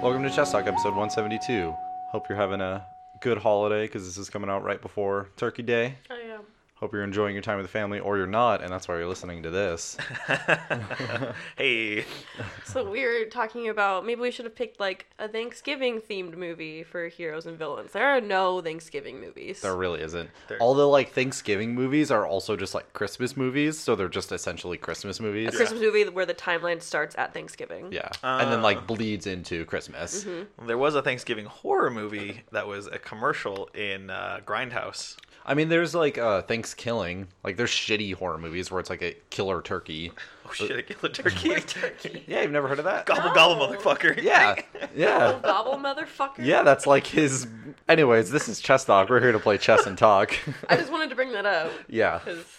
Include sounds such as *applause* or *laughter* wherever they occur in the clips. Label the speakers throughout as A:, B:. A: Welcome to Chess Talk, episode 172. Hope you're having a good holiday because this is coming out right before Turkey Day.
B: I am.
A: Hope you're enjoying your time with the family, or you're not, and that's why you're listening to *laughs* this.
C: *laughs* hey,
B: So we were talking about maybe we should have picked like a Thanksgiving themed movie for heroes and villains. There are no Thanksgiving movies.
A: There really isn't.
C: There-
A: All the like Thanksgiving movies are also just like Christmas movies, so they're just essentially Christmas
B: a
A: movies.
B: Christmas movie where the timeline starts at Thanksgiving.
A: Yeah, and then like bleeds into Christmas.
C: there was a Thanksgiving horror movie that was a commercial in uh, Grindhouse.
A: I mean, there's like uh, Thanksgiving, like there's shitty horror movies where it's like a killer turkey.
C: Oh shit! I *laughs* killed a turkey. Oh,
A: Yeah, you've never heard of that?
C: gobble
B: No.
C: gobble,
A: *laughs*
C: motherfucker.
A: Yeah, yeah.
B: Oh, Gobble motherfucker.
A: Yeah, that's like his. Anyways, this is chess talk. We're here to play chess and
B: *laughs*
A: talk.
B: I just wanted to bring that up
A: yeah.
B: because it's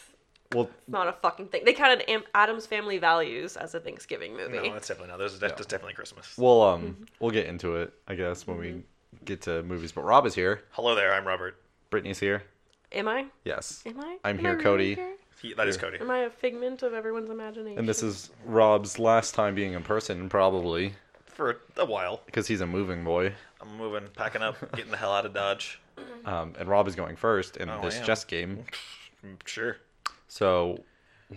A: Well,
B: not a fucking thing. They counted Am- Adam's Family Values as a Thanksgiving movie.
C: No, that's definitely not. There's that's definitely Christmas.
A: we'll um, we'll get into it, I guess, when we
B: Mm-hmm.
A: get to movies. But Rob is here.
C: Hello there, I'm Robert.
A: Brittany's here.
B: Am I?
A: Yes.
B: Am I?
A: I'm
B: Am
A: here,
B: really
A: Cody.
B: here?
C: He, that is Cody.
B: Am I a figment of everyone's imagination?
A: And this is Rob's last time being in person, probably
C: For a while,
A: because he's a moving boy.
C: I'm moving, packing *laughs* up, getting the hell out of Dodge.
B: Mm-hmm.
A: Um, and Rob is going first in
C: Oh, I
A: this
C: am.
A: chess game.
C: Mm, Sure.
A: So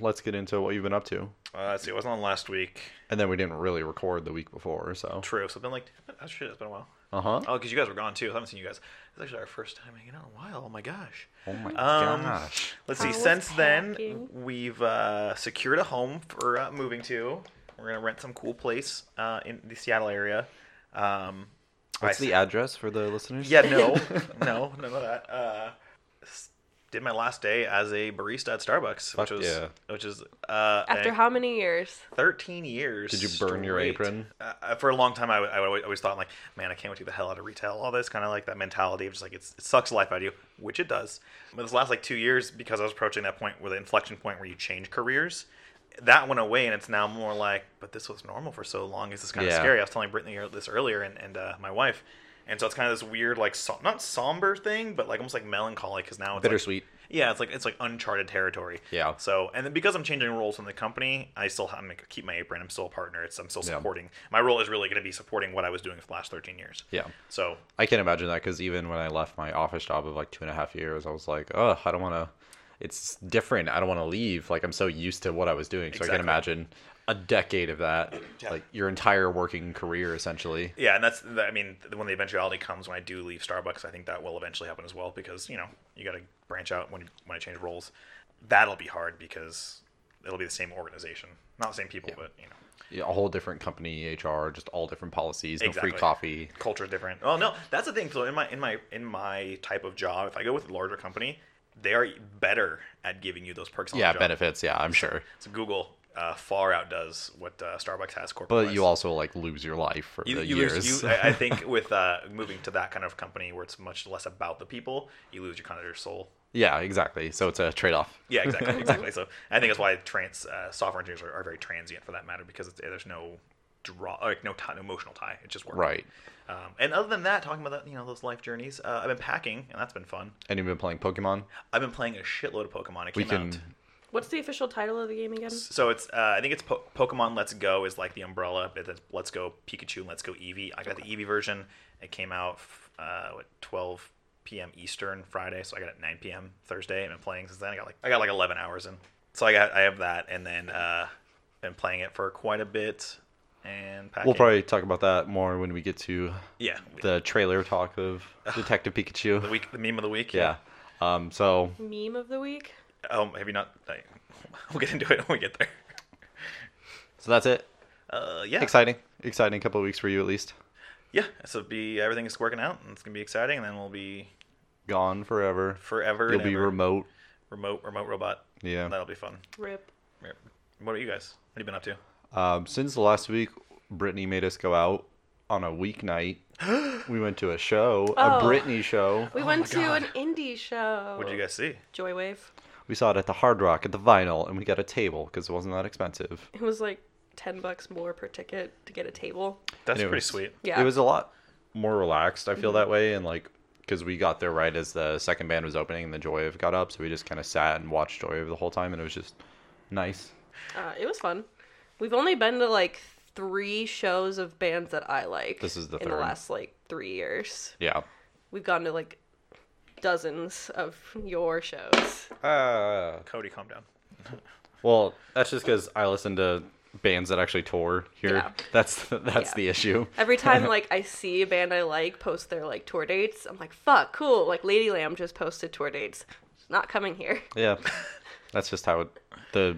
A: let's get into what you've been up to.
C: Uh, let's see. It wasn't on last week.
A: And then we didn't really record the week before, so.
C: True. So it's been like, oh shit, it's been a while.
A: Uh huh.
C: Oh, because you guys were gone too. I haven't seen you guys. It's actually our first time hanging out in a while. Oh my gosh.
A: Oh my
C: Um,
A: gosh.
C: Let's
B: I
C: see.
B: was
C: Since then,
B: packing.
C: we've uh, secured a home for uh, moving to. We're gonna rent some cool place uh, in the Seattle area. Um,
A: What's
C: I-
A: the address for the listeners?
C: Yeah,
B: *laughs*
C: no, no, none of that. Uh, s- did my last day as a barista at Starbucks,
A: Fuck
C: which was
A: yeah.
C: which is uh,
B: After
C: a-
B: how many years?
C: thirteen years.
A: Did you burn your
C: straight.
A: apron?
C: Uh, for a long time, I, would- I would always- always thought like, man, I can't wait to get the hell out of retail. All this kind of like that mentality of just like it's, it sucks the life out of you, which it does. But this last like two years, because I was approaching that point with the inflection point where you change careers. That went away, and it's now more like, but this was normal for so long. Is this kind
A: Yeah.
C: of scary? I was telling Brittany this earlier, and, and uh, my wife, and so it's kind of this weird, like so- not somber thing, but like almost like melancholy because now it's like-
A: Bittersweet.
C: yeah, it's like it's like uncharted territory.
A: Yeah.
C: So and then because I'm changing roles in the company, I still have, I'm gonna keep my apron. I'm still a partner. It's I'm still
A: Yeah.
C: supporting. My role is really going to be supporting what I was doing for the last 13 years.
A: Yeah.
C: So
A: I can imagine that because even when I left my office job of like two and a half years, I was like, oh, I don't want to. It's different. I don't want to leave. Like I'm so used to what I was doing, so I
C: Exactly.
A: can imagine a decade of that,
C: Yeah.
A: like your entire working career essentially.
C: yeah, and that's that- I mean th- when the eventuality comes when I do leave Starbucks, I think that will eventually happen as well because you know you got to branch out when you, when I change roles. That'll be hard because it'll be the same organization, not the same people, but you know.
A: Yeah, A whole different company, HR, just all different policies, no free
C: Exactly.
A: coffee.
C: culture different. Oh no, that's the thing. So in my in my in my type of job, if I go with a larger company, they are better at giving you those perks. On
A: Yeah,
C: the job.
A: benefits. Yeah, I'm sure.
C: So Google uh, far outdoes what uh, Starbucks has corporate.
A: But you also like lose your life for
C: You,
A: the
C: you
A: years.
C: lose. You, I I think with uh, moving to that kind of company where it's much less about the people, you lose your kind of your soul.
A: *laughs* yeah, exactly. So it's a trade-off.
C: Yeah,
A: *laughs*
C: exactly, exactly. So I think that's why trans uh, software engineers are, are very transient for that matter because it's, there's no draw, like no, tie, no emotional tie. It's just work.
A: Right.
C: Um, and other than that, talking about that, you know, those life journeys, uh, I've been packing and that's been fun.
A: And you've been playing Pokemon.
C: I've been playing a shitload of Pokemon. It
A: We can.
C: came out.
B: What's the official title of the game again?
C: So it's uh, I think it's po- Pokemon Let's Go is like the umbrella. But it's Let's Go Pikachu and Let's Go Eevee. I got the Eevee version. It came out uh, what, 12 p.m. Eastern Friday, so I got it 9 p.m. Thursday. and I've been playing since then. I got like I got like 11 hours in. So I got I have that, and then uh, been playing it for quite a bit. And packing.
A: We'll probably talk about that more when we get to
C: yeah
A: the trailer talk of
C: *sighs*
A: Detective
C: the
A: Pikachu.
C: week the meme of the week
A: Yeah. Um, so
B: Meme of the week?
C: Um, have you not? I, *laughs* we'll get into it when we get there.
A: so that's it.
C: Uh, yeah.
A: Exciting, exciting couple of weeks for you at least.
C: yeah, so it'll be everything is working out, and it's gonna be exciting, and then we'll be
A: Gone forever.
C: forever.
A: You'll
C: and
A: be
C: ever.
A: remote.
C: remote, remote robot.
A: Yeah.
C: that'll be fun.
B: Rip.
C: Yep. What about you guys? What have you been up to?
A: Um, since the last week, Brittany made us go out on a
C: *gasps*
A: weeknight. we went to a show, a
B: Oh.
A: Brittany show.
B: We went to an indie show.
C: What did you guys see?
B: Joywave.
A: We saw it at the Hard Rock at the Vinyl, and we got a table because it wasn't that expensive.
B: It was like ten bucks more per ticket to get a table.
C: That's
A: Anyways.
C: pretty sweet.
B: Yeah. Mm-hmm.
A: It was a lot more relaxed. I feel that way, and like because we got there right as the second band was opening and the Joy of got up, so we just kind of sat and watched Joy of the whole time, and it was just nice.
B: Uh, it was fun. We've only been to like three shows of bands that I like.
A: This is the
B: in the
A: third.
B: last like three years.
A: Yeah.
B: We've gone to like dozens of your shows.
A: Uh,
C: Cody, calm down.
A: well, that's just because I listen to bands that actually tour here.
B: Yeah.
A: That's that's
B: Yeah.
A: the
B: *laughs*
A: issue.
B: Every time like I see a band I like post their like tour dates, I'm like, fuck, cool. Like Lady Lamb just posted tour dates. It's not coming here.
A: Yeah, that's just how it, the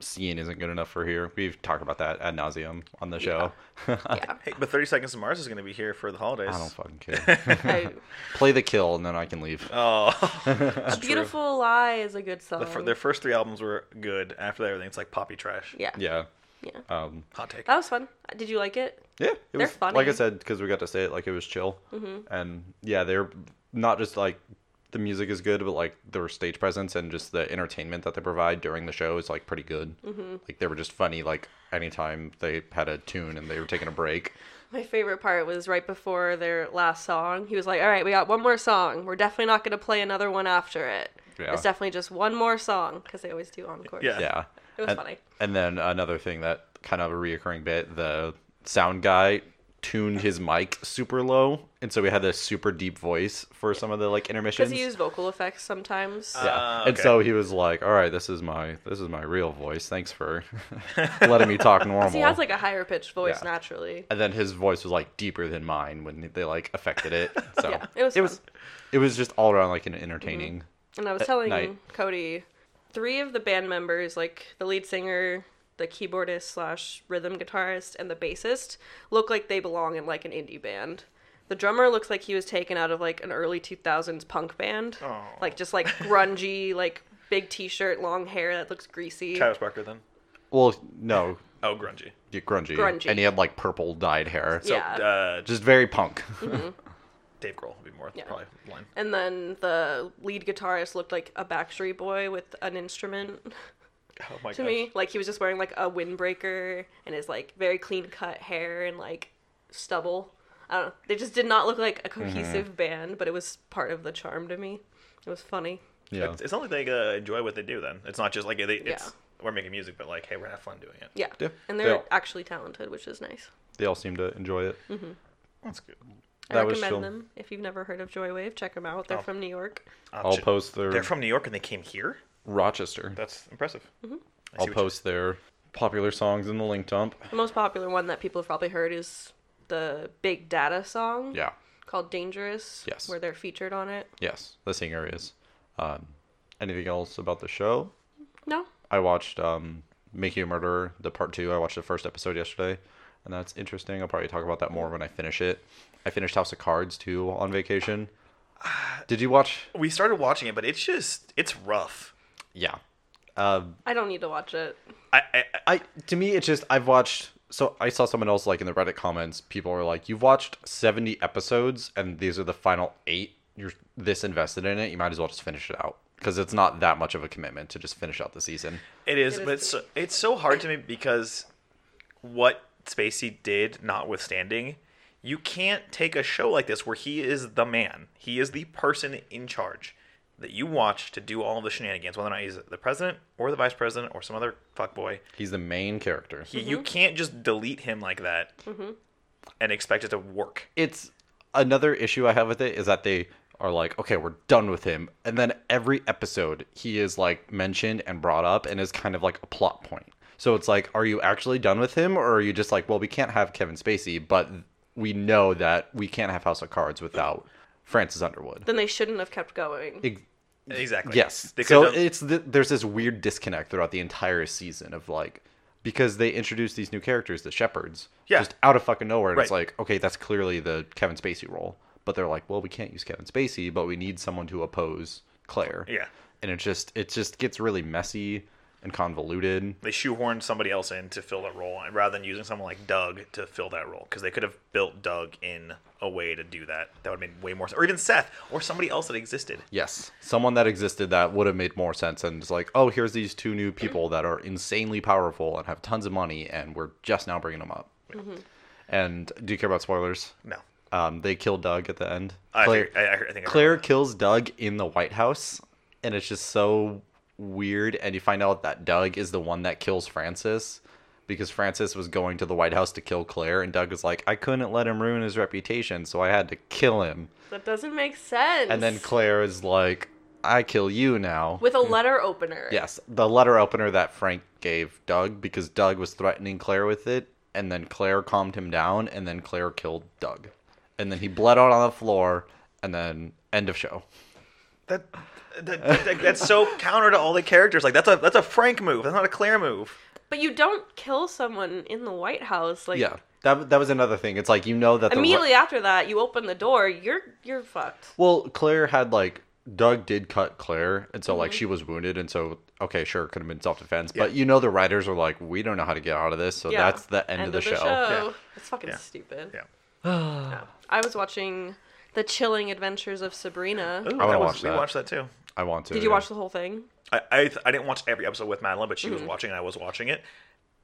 A: scene isn't good enough for here. We've talked about that ad nauseum on the show.
B: Yeah.
C: Hey, but 30 Seconds to Mars is going to be here for the holidays.
A: I don't fucking care.
B: I,
A: Play the kill, and then I can
B: *laughs*
A: leave.
C: *laughs* Oh, *laughs* that's true.
B: Beautiful Lie is a good song.
C: The fir- their first three albums were good. After that, everything it's like poppy trash.
B: yeah.
A: Yeah.
B: Yeah.
A: Um,
C: Hot take.
B: That was fun. Did you like it?
A: Yeah, it
B: They're
A: was like I
B: funny. Mm-hmm.
A: said because we got to say it like it was chill, and yeah, they're not just like the music is good, but like their stage presence and just the entertainment that they provide during the show is like pretty good.
B: Mm-hmm.
A: Like they were just funny. Like anytime they had a tune and they were taking a
B: *laughs*
A: break,
B: My favorite part was right before their last song. He was like, "All right, we got one more song. We're definitely not going to play another one after it.
A: Yeah.
B: It's definitely just one more song because they always do encore.
C: Yeah.
A: yeah,
B: It was
A: and,
B: funny.
A: And then another thing that kind of a reoccurring bit, the sound guy tuned his mic super low, and so we had this super deep voice for some of the like intermissions.
B: Because he used vocal effects sometimes.
A: Yeah.
C: Uh,
A: And
C: okay.
A: so he was like, "All right, this is my this is my real voice. Thanks for *laughs* letting me
B: *laughs*
A: talk normal."
B: He has like a higher pitched voice
A: Yeah.
B: naturally.
A: and then his voice was like deeper than mine when they like affected
B: *laughs*
A: it. So
B: Yeah, it was
A: it was it was just all around like an entertaining.
B: And I was telling
A: night.
B: Cody, three of the band members, like the lead singer, the keyboardist slash rhythm guitarist, and the bassist, look like they belong in like an indie band. The drummer looks like he was taken out of like an early 2000s punk band.
C: Aw.
B: Like just like grungy, like big t shirt, long hair that looks greasy.
C: Travis Barker then.
A: Well, no,
C: Oh, grungy.
A: yeah, grungy.
B: Grungy.
A: and he had like purple dyed hair.
C: So,
B: Yeah. Mm-hmm.
C: uh, just
A: Just very punk. *laughs*
C: Dave Grohl would be more probably the line. *laughs*
B: And then the lead guitarist looked like a Backstreet Boy with an instrument.
C: Oh my
B: to
C: gosh.
B: me. Like he was just wearing like a windbreaker and his like very clean cut hair and like stubble. I don't know. They just did not look like
A: Mm-hmm.
B: a cohesive band, but it was part of the charm to me. It was funny.
A: yeah.
C: It's, it's not like they uh, enjoy what they do then. It's not just like they, it's
B: Yeah.
C: we're making music, but like hey, we're having fun doing it.
B: Yeah.
A: Yeah.
B: And they're
A: Yeah.
B: actually talented, which is nice.
A: They all seem to enjoy it.
C: That's good.
B: Mm-hmm. I
A: That was
B: recommend
A: chill.
B: them. If you've never heard of Joywave, check them out. They're
C: Oh.
B: from New York.
C: I'll
A: I'll
C: ch-
A: post their
C: They're from New York and they came here.
A: Rochester.
C: That's impressive.
B: Mm-hmm.
C: I see
A: I'll
C: what you-
A: post their popular songs in the link dump.
B: The most popular one that people have probably heard is the Big Data song
A: Yeah.
B: called Dangerous,
A: Yes.
B: where they're featured on it.
A: Yes, the singer is. Um, anything else about the show?
B: No?
A: I watched um, Making a Murderer, the part two. I watched the first episode yesterday, and that's interesting. I'll probably talk about that more when I finish it. I finished House of Cards too on vacation. Did you watch?
C: We started watching it, but it's just it's rough.
A: Yeah. Um,
B: I don't need to watch it.
C: I, I, I
A: I to me it's just I've watched so I saw someone else like in the Reddit comments, people were like, You've watched seventy episodes and these are the final eight. You're this invested in it, you might as well just finish it out. Because it's not that much of a commitment to just finish out the season.
C: it is,
B: It is
C: but it's so, it's so hard to me because what Spacey did, notwithstanding, you can't take a show like this where he is the man, he is the person in charge that you watch to do all the shenanigans, whether or not he's the president or the vice president or some other fuckboy.
A: He's the main character.
C: He, You can't just delete him like that and expect it to work.
A: It's another issue I have with it is that they are like, Okay, we're done with him and then every episode he is like mentioned and brought up and is kind of like a plot point. So it's like, are you actually done with him or are you just like, well, we can't have Kevin Spacey, but we know that we can't have House of Cards without Francis Underwood.
B: Then they shouldn't have kept going.
A: Ex-
C: Exactly.
A: yes.
C: They could
A: So
C: have done-
A: it's th- there's this weird disconnect throughout the entire season of like because they introduce these new characters, the Shepherds,
C: Yeah.
A: just out of fucking nowhere, and it's
C: Right.
A: like, okay, that's clearly the Kevin Spacey role, but they're like, well, we can't use Kevin Spacey, but we need someone to oppose Claire.
C: Yeah.
A: and it just it just gets really messy and convoluted.
C: they shoehorned somebody else in to fill that role and rather than using someone like Doug to fill that role because they could have built Doug in a way to do that. That would have made way more sense. Or even Seth or somebody else that existed.
A: Yes, someone that existed that would have made more sense, and it's like, oh, here's these two new people that are insanely powerful and have tons of money, and we're just now bringing them up. And do you care about spoilers?
C: No.
A: Um, they kill Doug at the end.
C: I
A: Claire,
C: think, I, I think I heard
A: Claire
C: that.
A: kills Doug in the White House, and it's just so weird. And you find out that Doug is the one that kills Francis, because Francis was going to the White House to kill Claire, and Doug was like, I couldn't let him ruin his reputation, so I had to kill him.
B: That doesn't make sense.
A: And then Claire is like, I kill you now.
B: with a letter opener.
A: Yes, the letter opener that Frank gave Doug because Doug was threatening Claire with it, and then Claire calmed him down, and then Claire killed Doug. And then he bled out on the floor, and then end of show.
C: That, that, that- that's so counter to all the characters. Like that's a that's a Frank move. That's not a Claire move.
B: But you don't kill someone in the White House. Like
A: Yeah, that, that was another thing. It's like, you know that the.
B: immediately after that, you open the door, you're you're fucked.
A: Well, Claire had like Doug did cut Claire, and so like
B: Mm-hmm.
A: she was wounded, and so okay, sure, could have been self defense, but you know the writers are like, we don't know how to get out of this, so
B: Yeah.
A: that's the end, of the, show.
C: Yeah.
B: It's fucking
C: Yeah.
B: stupid.
C: Yeah.
B: Yeah. I was watching The Chilling Adventures of Sabrina.
C: Ooh,
A: wanna
C: that was-
A: watch
C: We
A: that.
C: watched that too.
A: I want to.
B: Did you watch the whole thing?
C: I, I th- I didn't watch every episode with Madeline, but she was watching and I was watching it.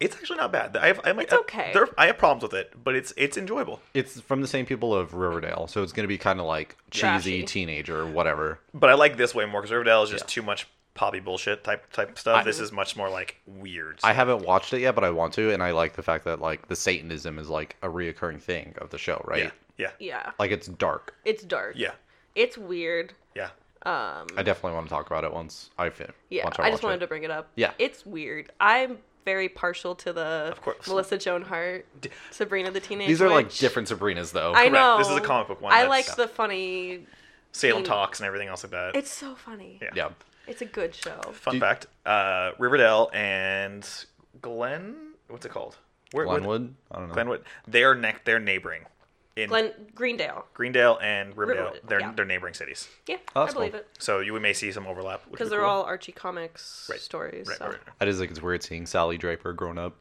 C: It's actually not bad. I have I might
B: Mm. It's okay.
C: there, I have problems with it, but it's it's enjoyable.
A: It's from the same people of Riverdale, so it's gonna be kind of like cheesy
B: Trashy.
A: teenager, whatever.
C: But I like this way more because Riverdale is just too much poppy bullshit type type stuff.
A: I-
C: this is much more like weird.
A: I haven't watched it yet, but I want to, and I like the fact that like the Satanism is like a reoccurring thing of the show, right?
C: yeah, yeah,
B: Yeah.
A: Like it's dark.
B: It's dark.
C: yeah,
B: It's weird.
C: yeah.
A: I definitely want to talk about it once I fin-
B: Yeah.
A: once
B: I,
A: watch
B: just wanted
A: it.
B: to bring it up.
A: Yeah.
B: It's weird. I'm very partial to the
C: Of course.
B: Melissa Joan Hart, Sabrina the Teenage
A: These are like
B: Witch.
A: different Sabrinas, though.
B: I know.
C: Correct. This is a comic book one.
B: I
C: That's-
B: like the funny.
C: Salem talks and everything else like that.
B: It's so funny.
C: Yeah.
A: *laughs* Yeah.
B: It's a good show.
C: Fun fact: uh, Riverdale and Glen, what's it called? Where, where-
A: Glenwood. I don't know.
C: Glenwood. They are neck. They're neighboring. In
B: Glen Greendale.
C: Greendale and Riverdale,
B: Riverdale,
C: they're
B: yeah.
C: they're neighboring cities.
B: Yeah,
A: Oh,
B: I
A: that's
B: believe
A: cool.
B: it.
C: So you may see some overlap which
B: Because
C: would be
B: they're
C: cool.
B: all Archie Comics
C: Right.
B: stories.
C: Right,
B: so.
C: right, right.
A: I just think it's weird seeing Sally Draper grown up.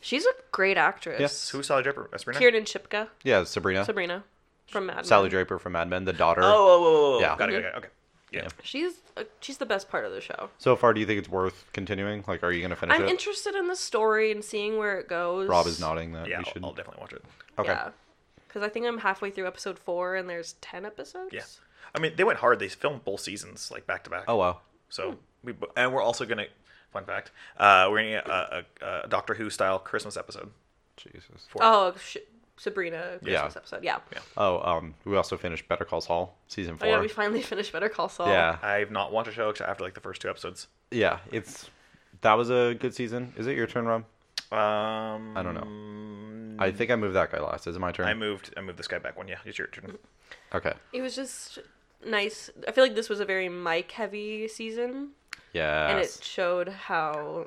B: She's a great actress.
A: Yes.
C: Who's Sally Draper? Sabrina.
B: Kieran Shipka,
A: Yeah, Sabrina.
B: Sabrina from Mad Men.
A: Sally Draper from Mad Men, the daughter.
C: Oh, oh, oh, oh, oh.
A: Yeah.
C: Got it. Got it. got it, Okay. Yeah.
B: She's uh, she's the best part of the show.
A: So far, do you think it's worth continuing? Like, are you going to finish
B: I'm
A: it?
B: interested in the story and seeing where it goes.
A: Rob is nodding that
C: Yeah.
A: we
C: I'll,
A: should.
C: I'll definitely watch it.
A: okay.
B: Yeah. Because I think I'm halfway through episode four and there's ten episodes.
C: Yeah. I mean, they went hard. They filmed both seasons like back to back.
A: Oh wow.
B: Hmm.
C: So we and we're also gonna. Fun fact: uh, We're gonna get a, a, a Doctor Who style Christmas episode.
A: Jesus.
B: Oh, sh- Sabrina Christmas episode. Yeah.
C: Yeah.
A: Oh, um, we also finished Better Call Saul season
B: Oh
A: four.
B: yeah, we oh, finally *laughs* finished Better Call Saul.
A: yeah.
C: I've not watched a show except after like the first two episodes.
A: Yeah, It's that was a good season. Is it your turn, Rob?
C: Um,
A: I don't know. I think I moved that guy last. Is it my turn?
C: I moved. I moved this guy back one. Yeah, it's your
B: Mm-hmm.
C: turn.
A: Okay.
B: It was just nice. I feel like this was a very Mike heavy season,
A: Yes.
B: and it showed how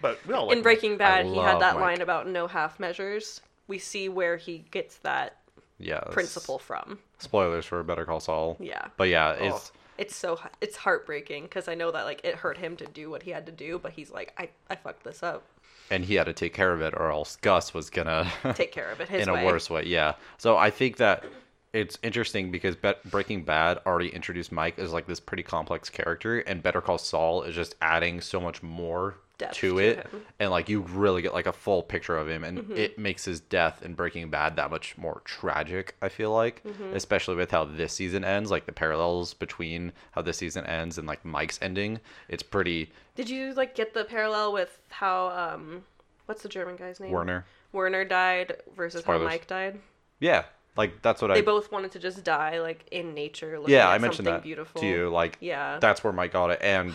C: But we all like
B: in Breaking Bad he
A: love
B: had that
A: Mike.
B: line about no half measures. We see where he gets that
A: yes.
B: principle from.
A: Spoilers for Better Call Saul.
B: Yeah.
A: But yeah,
B: Oh,
A: it's
B: it's so h- it's heartbreaking because I know that like it hurt him to do what he had to do, but he's like, I I fucked this up.
A: and he had to take care of it, or else Gus was gonna *laughs*
B: Take care of it his
A: in
B: way.
A: a worse way. Yeah. So I think that it's interesting because Bet Breaking Bad already introduced Mike as like this pretty complex character, and Better Call Saul is just adding so much more
B: Depth
A: to
B: to
A: it,
B: him. Mm-hmm.
A: and like you really get like a full picture of him, and it makes his death in Breaking Bad that much more tragic. I feel like,
B: Mm-hmm.
A: especially with how this season ends, like the parallels between how this season ends and like Mike's ending, it's pretty
B: Did you like get the parallel with how um what's the German guy's name?
A: Werner.
B: Werner died versus
A: Spoilers.
B: how Mike died.
A: Yeah, like that's what I.
B: They both wanted to just die like in nature. Looking
A: yeah,
B: at
A: I mentioned
B: something
A: that
B: beautiful
A: to you. Like,
B: Yeah.
A: that's where Mike got it. And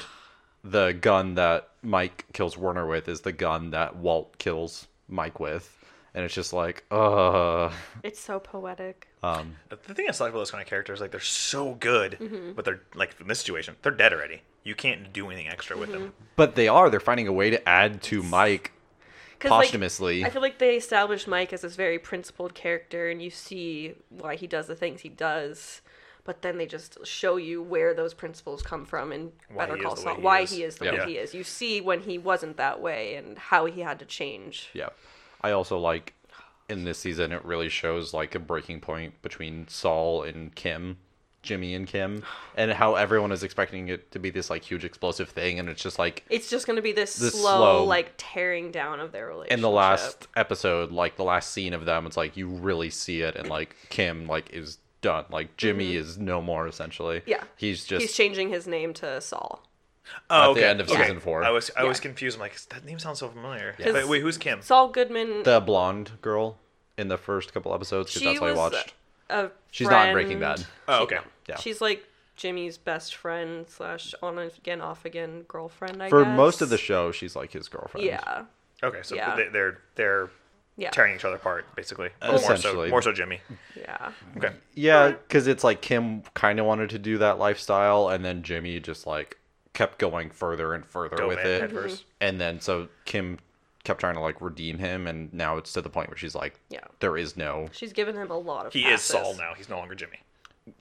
A: the gun that Mike kills Werner with is the gun that Walt kills Mike with, and it's just like, uh,
B: It's so poetic.
A: um,
C: The thing I like about those kind of characters, like they're so good,
B: Mm-hmm.
C: but they're like in this situation, they're dead already. You can't do anything extra with them.
B: Mm-hmm.
A: but they are. They're finding a way to add to Mike
B: 'Cause, like,
A: Posthumously.
B: I feel like they established Mike as this very principled character, and you see why he does the things he does. But then they just show you where those principles come from and
C: Why
B: Better
C: he
B: Call
C: is the way
B: Saul.
C: he
B: Why
C: is.
B: he is the
A: Yeah.
B: way he is. You see when he wasn't that way and how he had to change.
A: Yeah. I also like in this season it really shows like a breaking point between Saul and Kim, Jimmy and Kim, and how everyone is expecting it to be this like huge explosive thing and it's just like
B: It's just going to be this,
A: This
B: slow,
A: slow-
B: like tearing down of their relationship.
A: in the last episode, like the last scene of them, it's like you really see it and like Kim like is done. Like Jimmy is no more essentially.
B: Mm-hmm. Yeah.
A: He's just
B: he's changing his name to Saul.
C: Oh,
A: at
C: okay.
A: the end of
C: okay.
A: season four.
C: I was I was
B: Yeah.
C: confused. I'm like, that name sounds so familiar.
B: Yeah.
C: But wait, who's Kim?
B: Saul Goodman.
A: the blonde girl in the first couple episodes because
B: she
A: that's what I
B: was
A: watched.
B: A
A: She's not in Breaking
B: friend-
A: Bad.
C: Oh, okay.
A: Yeah.
B: She's like Jimmy's best friend slash on again off again girlfriend. I
A: For
B: guess.
A: most of the show, she's like his girlfriend.
B: Yeah.
C: Okay, so
B: Yeah.
C: they, they're they're
B: Yeah.
C: tearing each other apart basically. Or more so
A: Uh, Essentially.
C: more so Jimmy.
B: Yeah.
C: Okay.
A: Yeah,
B: Uh-huh.
A: because it's like Kim kind of wanted to do that lifestyle, and then Jimmy just like kept going further and further
C: Go
A: with
C: in
A: it.
C: headfirst.
B: Mm-hmm.
A: And then so Kim kept trying to like redeem him, and now it's to the point where she's like,
B: Yeah.
A: there is no.
B: She's given him a lot of.
C: He is
B: passes.
C: Saul now. He's no longer Jimmy.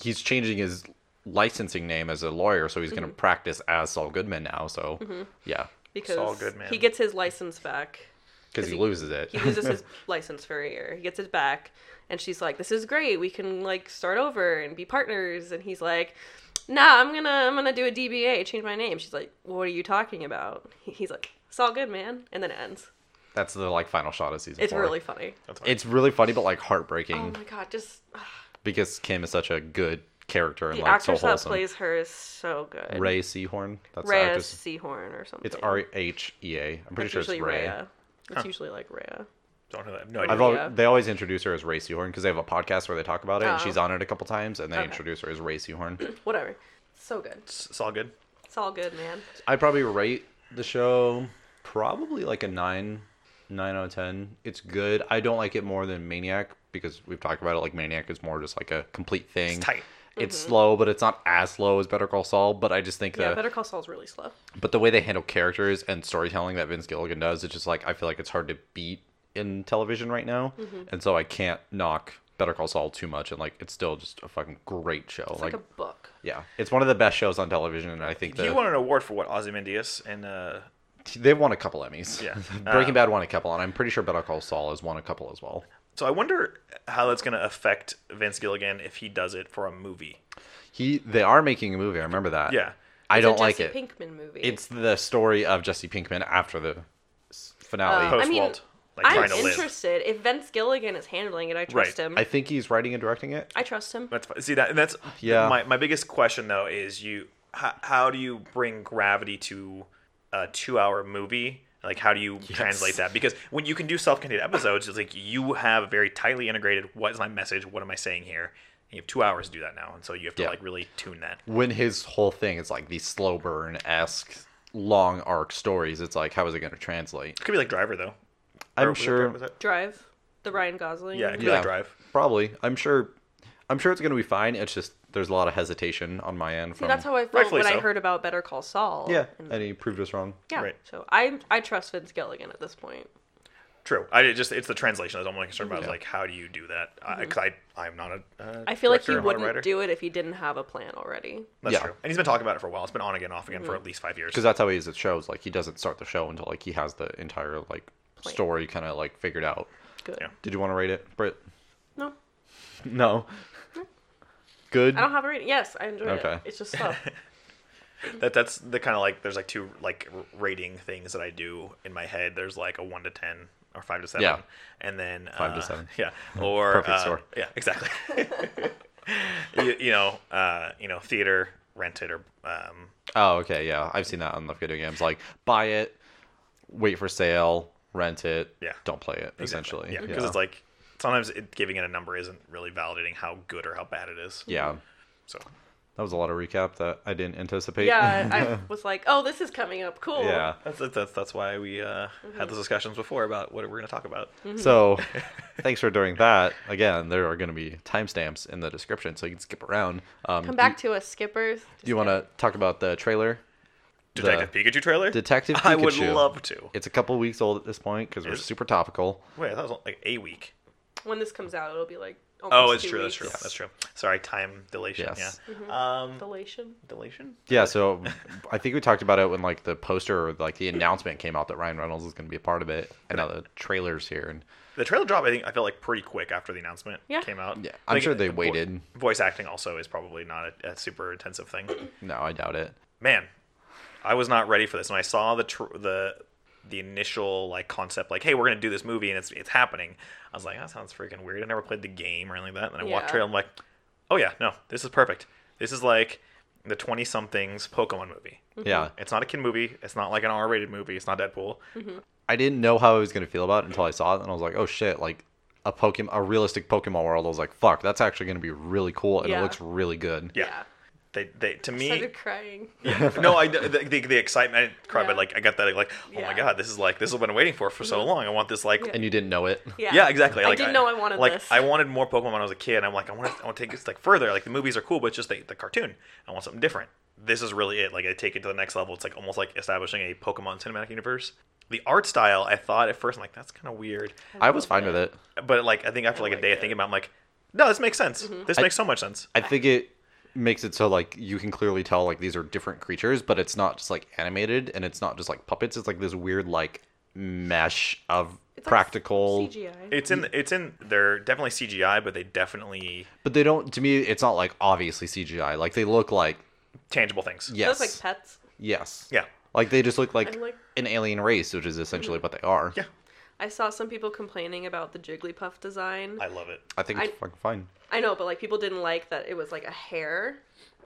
A: He's changing his licensing name as a lawyer, so he's going
B: Mm-hmm.
A: to practice as Saul Goodman now. So yeah,
B: because
C: Saul Goodman.
B: he gets his license back.
A: because he, loses it.
B: He
A: *laughs*
B: loses his *laughs* license for a year. He gets it back, and she's like, "This is great. We can like start over and be partners." And he's like, "Nah, I'm gonna I'm gonna do a DBA, change my name." She's like, "What are you talking about?" He- He's like, "It's all good, man." And then it ends.
A: That's the like final shot of season.
B: It's
A: four.
B: really funny.
C: That's fine.
A: It's really funny, but like
B: Oh
A: heartbreaking
B: my god, just
A: because Kim is such a good character and
B: the
A: like so
B: actress that
A: wholesome.
B: plays her is so good.
A: Ray Seahorn. That's the
B: Rhea
A: actress.
B: Seahorn or something.
A: It's R H E A. I'm pretty
B: It's
A: sure it's
B: usually
A: Ray.
B: Rhea. It's
C: Huh.
B: usually like Rhea. *laughs*
C: Don't know that. I have no
A: I've
C: idea.
A: always,
B: Yeah.
A: they always introduce her as Ray Seahorn because they have a podcast where they talk about it, and
B: Oh.
A: she's on it a couple times, and they
B: Okay.
A: introduce her as Ray Seahorn.
B: Whatever. So good.
C: It's all good.
B: It's all good, man.
A: I probably rate the show probably like a nine, nine out of ten. It's good. I don't like it more than Maniac because we've talked about it. Like Maniac is more just like a complete thing.
C: It's tight.
A: It's slow, but it's not as slow as Better Call Saul. But I just think
B: Mm-hmm. Yeah,
A: that
B: Better Call Saul's really slow.
A: but the way they handle characters and storytelling that Vince Gilligan does, it's just like I feel like it's hard to beat in television right now,
B: Mm-hmm.
A: and so I can't knock Better Call Saul too much. And like, it's still just a fucking great show.
B: It's
A: like,
B: like, a book.
A: yeah, it's one of the best shows on television, and I think
C: He
A: that
C: won an award for what Ozymandias and uh
A: they've won a couple Emmys.
C: Yeah.
A: *laughs* Breaking
C: Uh,
A: Bad won a couple, and I'm pretty sure Better Call Saul has won a couple as well.
C: so I wonder how that's going to affect Vince Gilligan if he does it for a movie.
A: He they are making a movie. I remember that.
C: Yeah.
A: I
B: It's a
A: don't like
B: Jesse
A: it.
B: Pinkman movie.
A: It's the story of Jesse Pinkman after the s- finale.
B: I mean,
C: Post-Walt, like
B: I'm
C: trying to live.
B: interested. If Vince Gilligan is handling it, I trust
C: Right.
B: him.
A: I
B: I,
A: think he's writing and directing it.
B: trust him.
C: That's fine. See that, and that's
A: *sighs* Yeah.
C: My my biggest question though is you how, how do you bring gravity to a two hour movie? Like how do you translate that? Because when you can do self contained episodes, it's like you have very tightly integrated what is my message, what am I saying here? And you have two hours to do that now, and so you have to
A: Yeah.
C: like really tune that.
A: when his whole thing is like these slow burn esque long arc stories, it's like how is it going to translate?
C: It could be like Driver though. Or
A: I'm
C: was that-
A: sure.
C: was that-
B: Drive the Ryan Gosling.
C: Yeah, it could be
A: yeah,
C: like Drive.
A: probably. I'm sure. I'm sure it's going to be fine. It's just there's a lot of hesitation on my end. From,
B: See, that's how I felt
C: Rightfully
B: when I
C: so.
B: heard about Better Call Saul.
A: yeah,
B: And-
A: and he proved us wrong.
B: yeah.
C: Right.
B: So I I trust Vince Gilligan at this point.
C: True. I just it's the translation that's all I'm concerned about. Is like how do you do that? Because I I'm not a. Uh,
B: I feel like
C: director,
B: he
C: I'm not a writer.
B: wouldn't do it if he didn't have a plan already.
C: That's
A: Yeah.
C: true. And he's been talking about it for a while. It's been on again, off again for at least five years.
A: Because that's how he is at shows. Like he doesn't start the show until like he has the entire like
B: Plan.
A: story kind of like figured out.
B: Good.
C: Yeah.
A: Did you want to rate it,
C: *laughs*
A: Britt?
B: No,
A: No. Good.
B: I don't have a rating. Yes, I enjoyed
A: Okay.
B: it. It's just
A: *laughs*
B: slow.
C: That that's the kind of like there's like two like r- rating things that I do in my head. There's like a one to ten or five to seven.
A: Yeah.
C: And then
A: Five to
C: uh,
A: seven.
C: *laughs*
A: *laughs*
C: Yeah. Or
A: Perfect
C: uh,
A: store.
C: Yeah, exactly. *laughs* you, you know, uh, you know, theater rented or um,
A: Oh, okay, yeah. I've seen that on the video games. Like, buy it, wait for sale, rent it,
C: Yeah.
A: don't play it, essentially.
C: yeah, because it's like sometimes it, giving it a number isn't really validating how good or how bad it is.
A: Yeah.
C: So
A: That was a lot of recap that I didn't anticipate.
B: yeah, I was like, oh, this is coming up.
A: *laughs*
B: Cool.
A: yeah.
C: that's that's that's why we uh, had those discussions before about what we're gonna talk about.
B: Mm-hmm.
C: *laughs*
A: So, thanks for doing that. Again, there are going to be timestamps in the description, so you can skip around. Um,
B: Come back to us, skippers.
A: Do you want to talk about the trailer?
C: Detective Pikachu trailer.
A: Detective
C: *laughs* I would
A: Pikachu.
C: love to.
A: It's a couple weeks old at this point because we're
C: Is-
A: super topical.
C: Wait, that was like a week.
B: when this comes out, it'll be like almost
C: Oh, it's
B: two
C: true. That's
B: weeks. Mm-hmm.
C: true. That's true. Sorry, time dilation.
A: Yes.
C: Yeah. Um,
B: Dilation.
C: dilation.
A: Yeah, so I think we talked about it when like the poster or like the announcement came out that Ryan Reynolds is going to be a part of it, and now the trailer's here. And
C: The trailer drop, I think, I felt like pretty quick after the announcement
B: Yeah.
C: came out.
A: Yeah,
C: I
A: I'm
C: think
A: sure they
C: vo-
A: waited.
C: Voice acting also is probably not a, a super intensive thing. *clears throat*
A: no, I doubt it.
C: Man, I was not ready for this. When I saw the tr- the the initial like concept, like, hey, we're gonna do this movie and it's it's happening, I was like, that sounds freaking weird. I never played the game or anything like that. And I
B: Yeah.
C: walked trailer, I'm like, oh yeah, no, this is perfect. This is like the 20 somethings Pokemon movie.
B: Mm-hmm.
A: Yeah.
C: It's not a kid movie. It's not like an R rated movie. It's not Deadpool.
A: I didn't know how I was gonna feel about it until I saw it, and I was like, oh shit, like a Pokemon, a realistic Pokemon world. I was like, fuck, that's actually gonna be really cool, and it
B: Yeah.
A: looks really good.
C: Yeah. They, they, to me,
B: Started crying.
C: *laughs* no, I the, the, the excitement. I didn't cry, but
B: Yeah.
C: like I got that like, oh my
B: Yeah.
C: god, this is like this is what I've been waiting for for so long. I want this like. Yeah.
A: And you didn't know it.
B: Yeah.
C: exactly.
B: I
C: Like,
B: didn't know I wanted
C: like
B: this.
C: I wanted more Pokemon when I was a kid. I'm like, I want to, I want to take this like further. Like the movies are cool, but it's just the, the cartoon. I want something different. This is really it. Like I take it to the next level. It's like almost like establishing a Pokemon cinematic universe. The art style, I thought at first, I'm like that's kind of weird,
A: I was fine with it.
C: but like I think after like a
B: like
C: day of
B: it. Mm-hmm.
C: thinking about, it, I'm like, no, this makes sense. This
A: I-
C: makes so much sense.
A: I think it makes it so like you can clearly tell like these are different creatures, but it's not just like animated and it's not just like puppets. It's like this weird like mesh of
B: It's like
A: practical.
B: CGI.
C: It's in, it's in. They're definitely CGI, but they definitely
A: But they don't. To me, it's not like obviously CGI. Like they look like
C: tangible things.
A: yes,
B: Those like pets.
A: yes,
C: Yeah.
A: Like they just look like,
B: And, like- Mm-hmm.
A: an alien race, which is essentially what they are.
C: Yeah.
B: I saw some people complaining about the Jigglypuff design.
C: I love it.
A: I think it's
B: I-
A: fucking fine.
B: I know, but like people didn't like that it was like a hair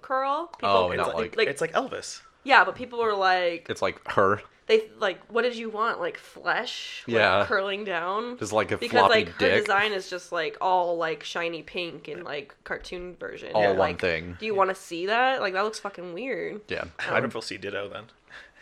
B: curl. People,
A: Oh,
B: it's
A: not
B: like,
A: like-
B: like-
C: it's like Elvis.
B: yeah, but people were like
A: It's like her,
B: they like what did you want like flesh like,
A: Yeah.
B: curling down
A: just like a
B: because
A: floppy
B: like her
A: dick.
B: design is just like all like shiny pink and like cartoon version.
A: All
B: And,
A: one
B: like,
A: thing.
B: Do you want to see that? Like that looks fucking weird.
A: yeah,
C: I don't feel see Ditto then.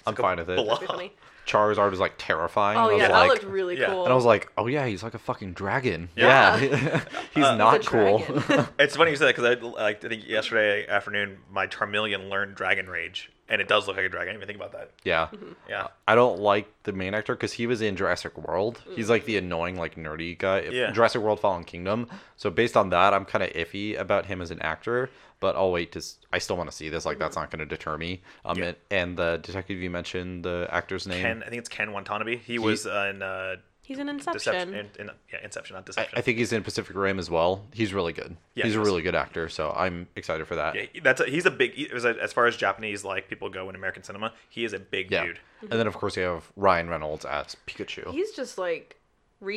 A: I'm fine with it.
C: blob.
A: *laughs*
B: Pretty funny.
A: Charizard was like terrifying. I
B: Oh
A: was
B: yeah, that
A: like,
B: looked really
C: yeah.
B: cool.
A: And I was like, oh yeah, he's like a fucking dragon.
C: *laughs* Yeah. Uh,
A: Yeah, *laughs* he's not
B: It's a
A: cool.
B: dragon. *laughs*
C: It's funny you said that because I like I think yesterday afternoon my Charmeleon learned Dragon Rage and it does look like a dragon. I didn't even think about that.
A: *laughs*
B: *laughs*
A: yeah.
C: Yeah.
A: I don't like the main actor because he was in Jurassic World. He's like the annoying, like nerdy guy.
C: Yeah.
A: Jurassic World Fallen Kingdom. So based on that, I'm kind of iffy about him as an actor. But I'll wait to. s- I still want to see this. Like that's
B: Mm-hmm.
A: not going to deter me. Um,
C: Yeah.
A: and, and the detective you mentioned, the actor's name.
C: Ken, I think it's Ken Watanabe. He, was uh, in uh,
B: He's an
C: Deception.
B: Inception.
C: In, in, yeah, Inception, not
A: I,
C: Deception.
A: I think he's in Pacific Rim as well. He's really good.
C: Yeah,
A: he's
C: he
A: a
C: is.
A: really good actor. So I'm excited for that.
C: yeah, he- that's a, he's a big. He, it was a- as far as Japanese like people go in American cinema, he is a big
A: Yeah.
C: dude.
A: And then of course you have Ryan Reynolds as Pikachu.
B: He's just like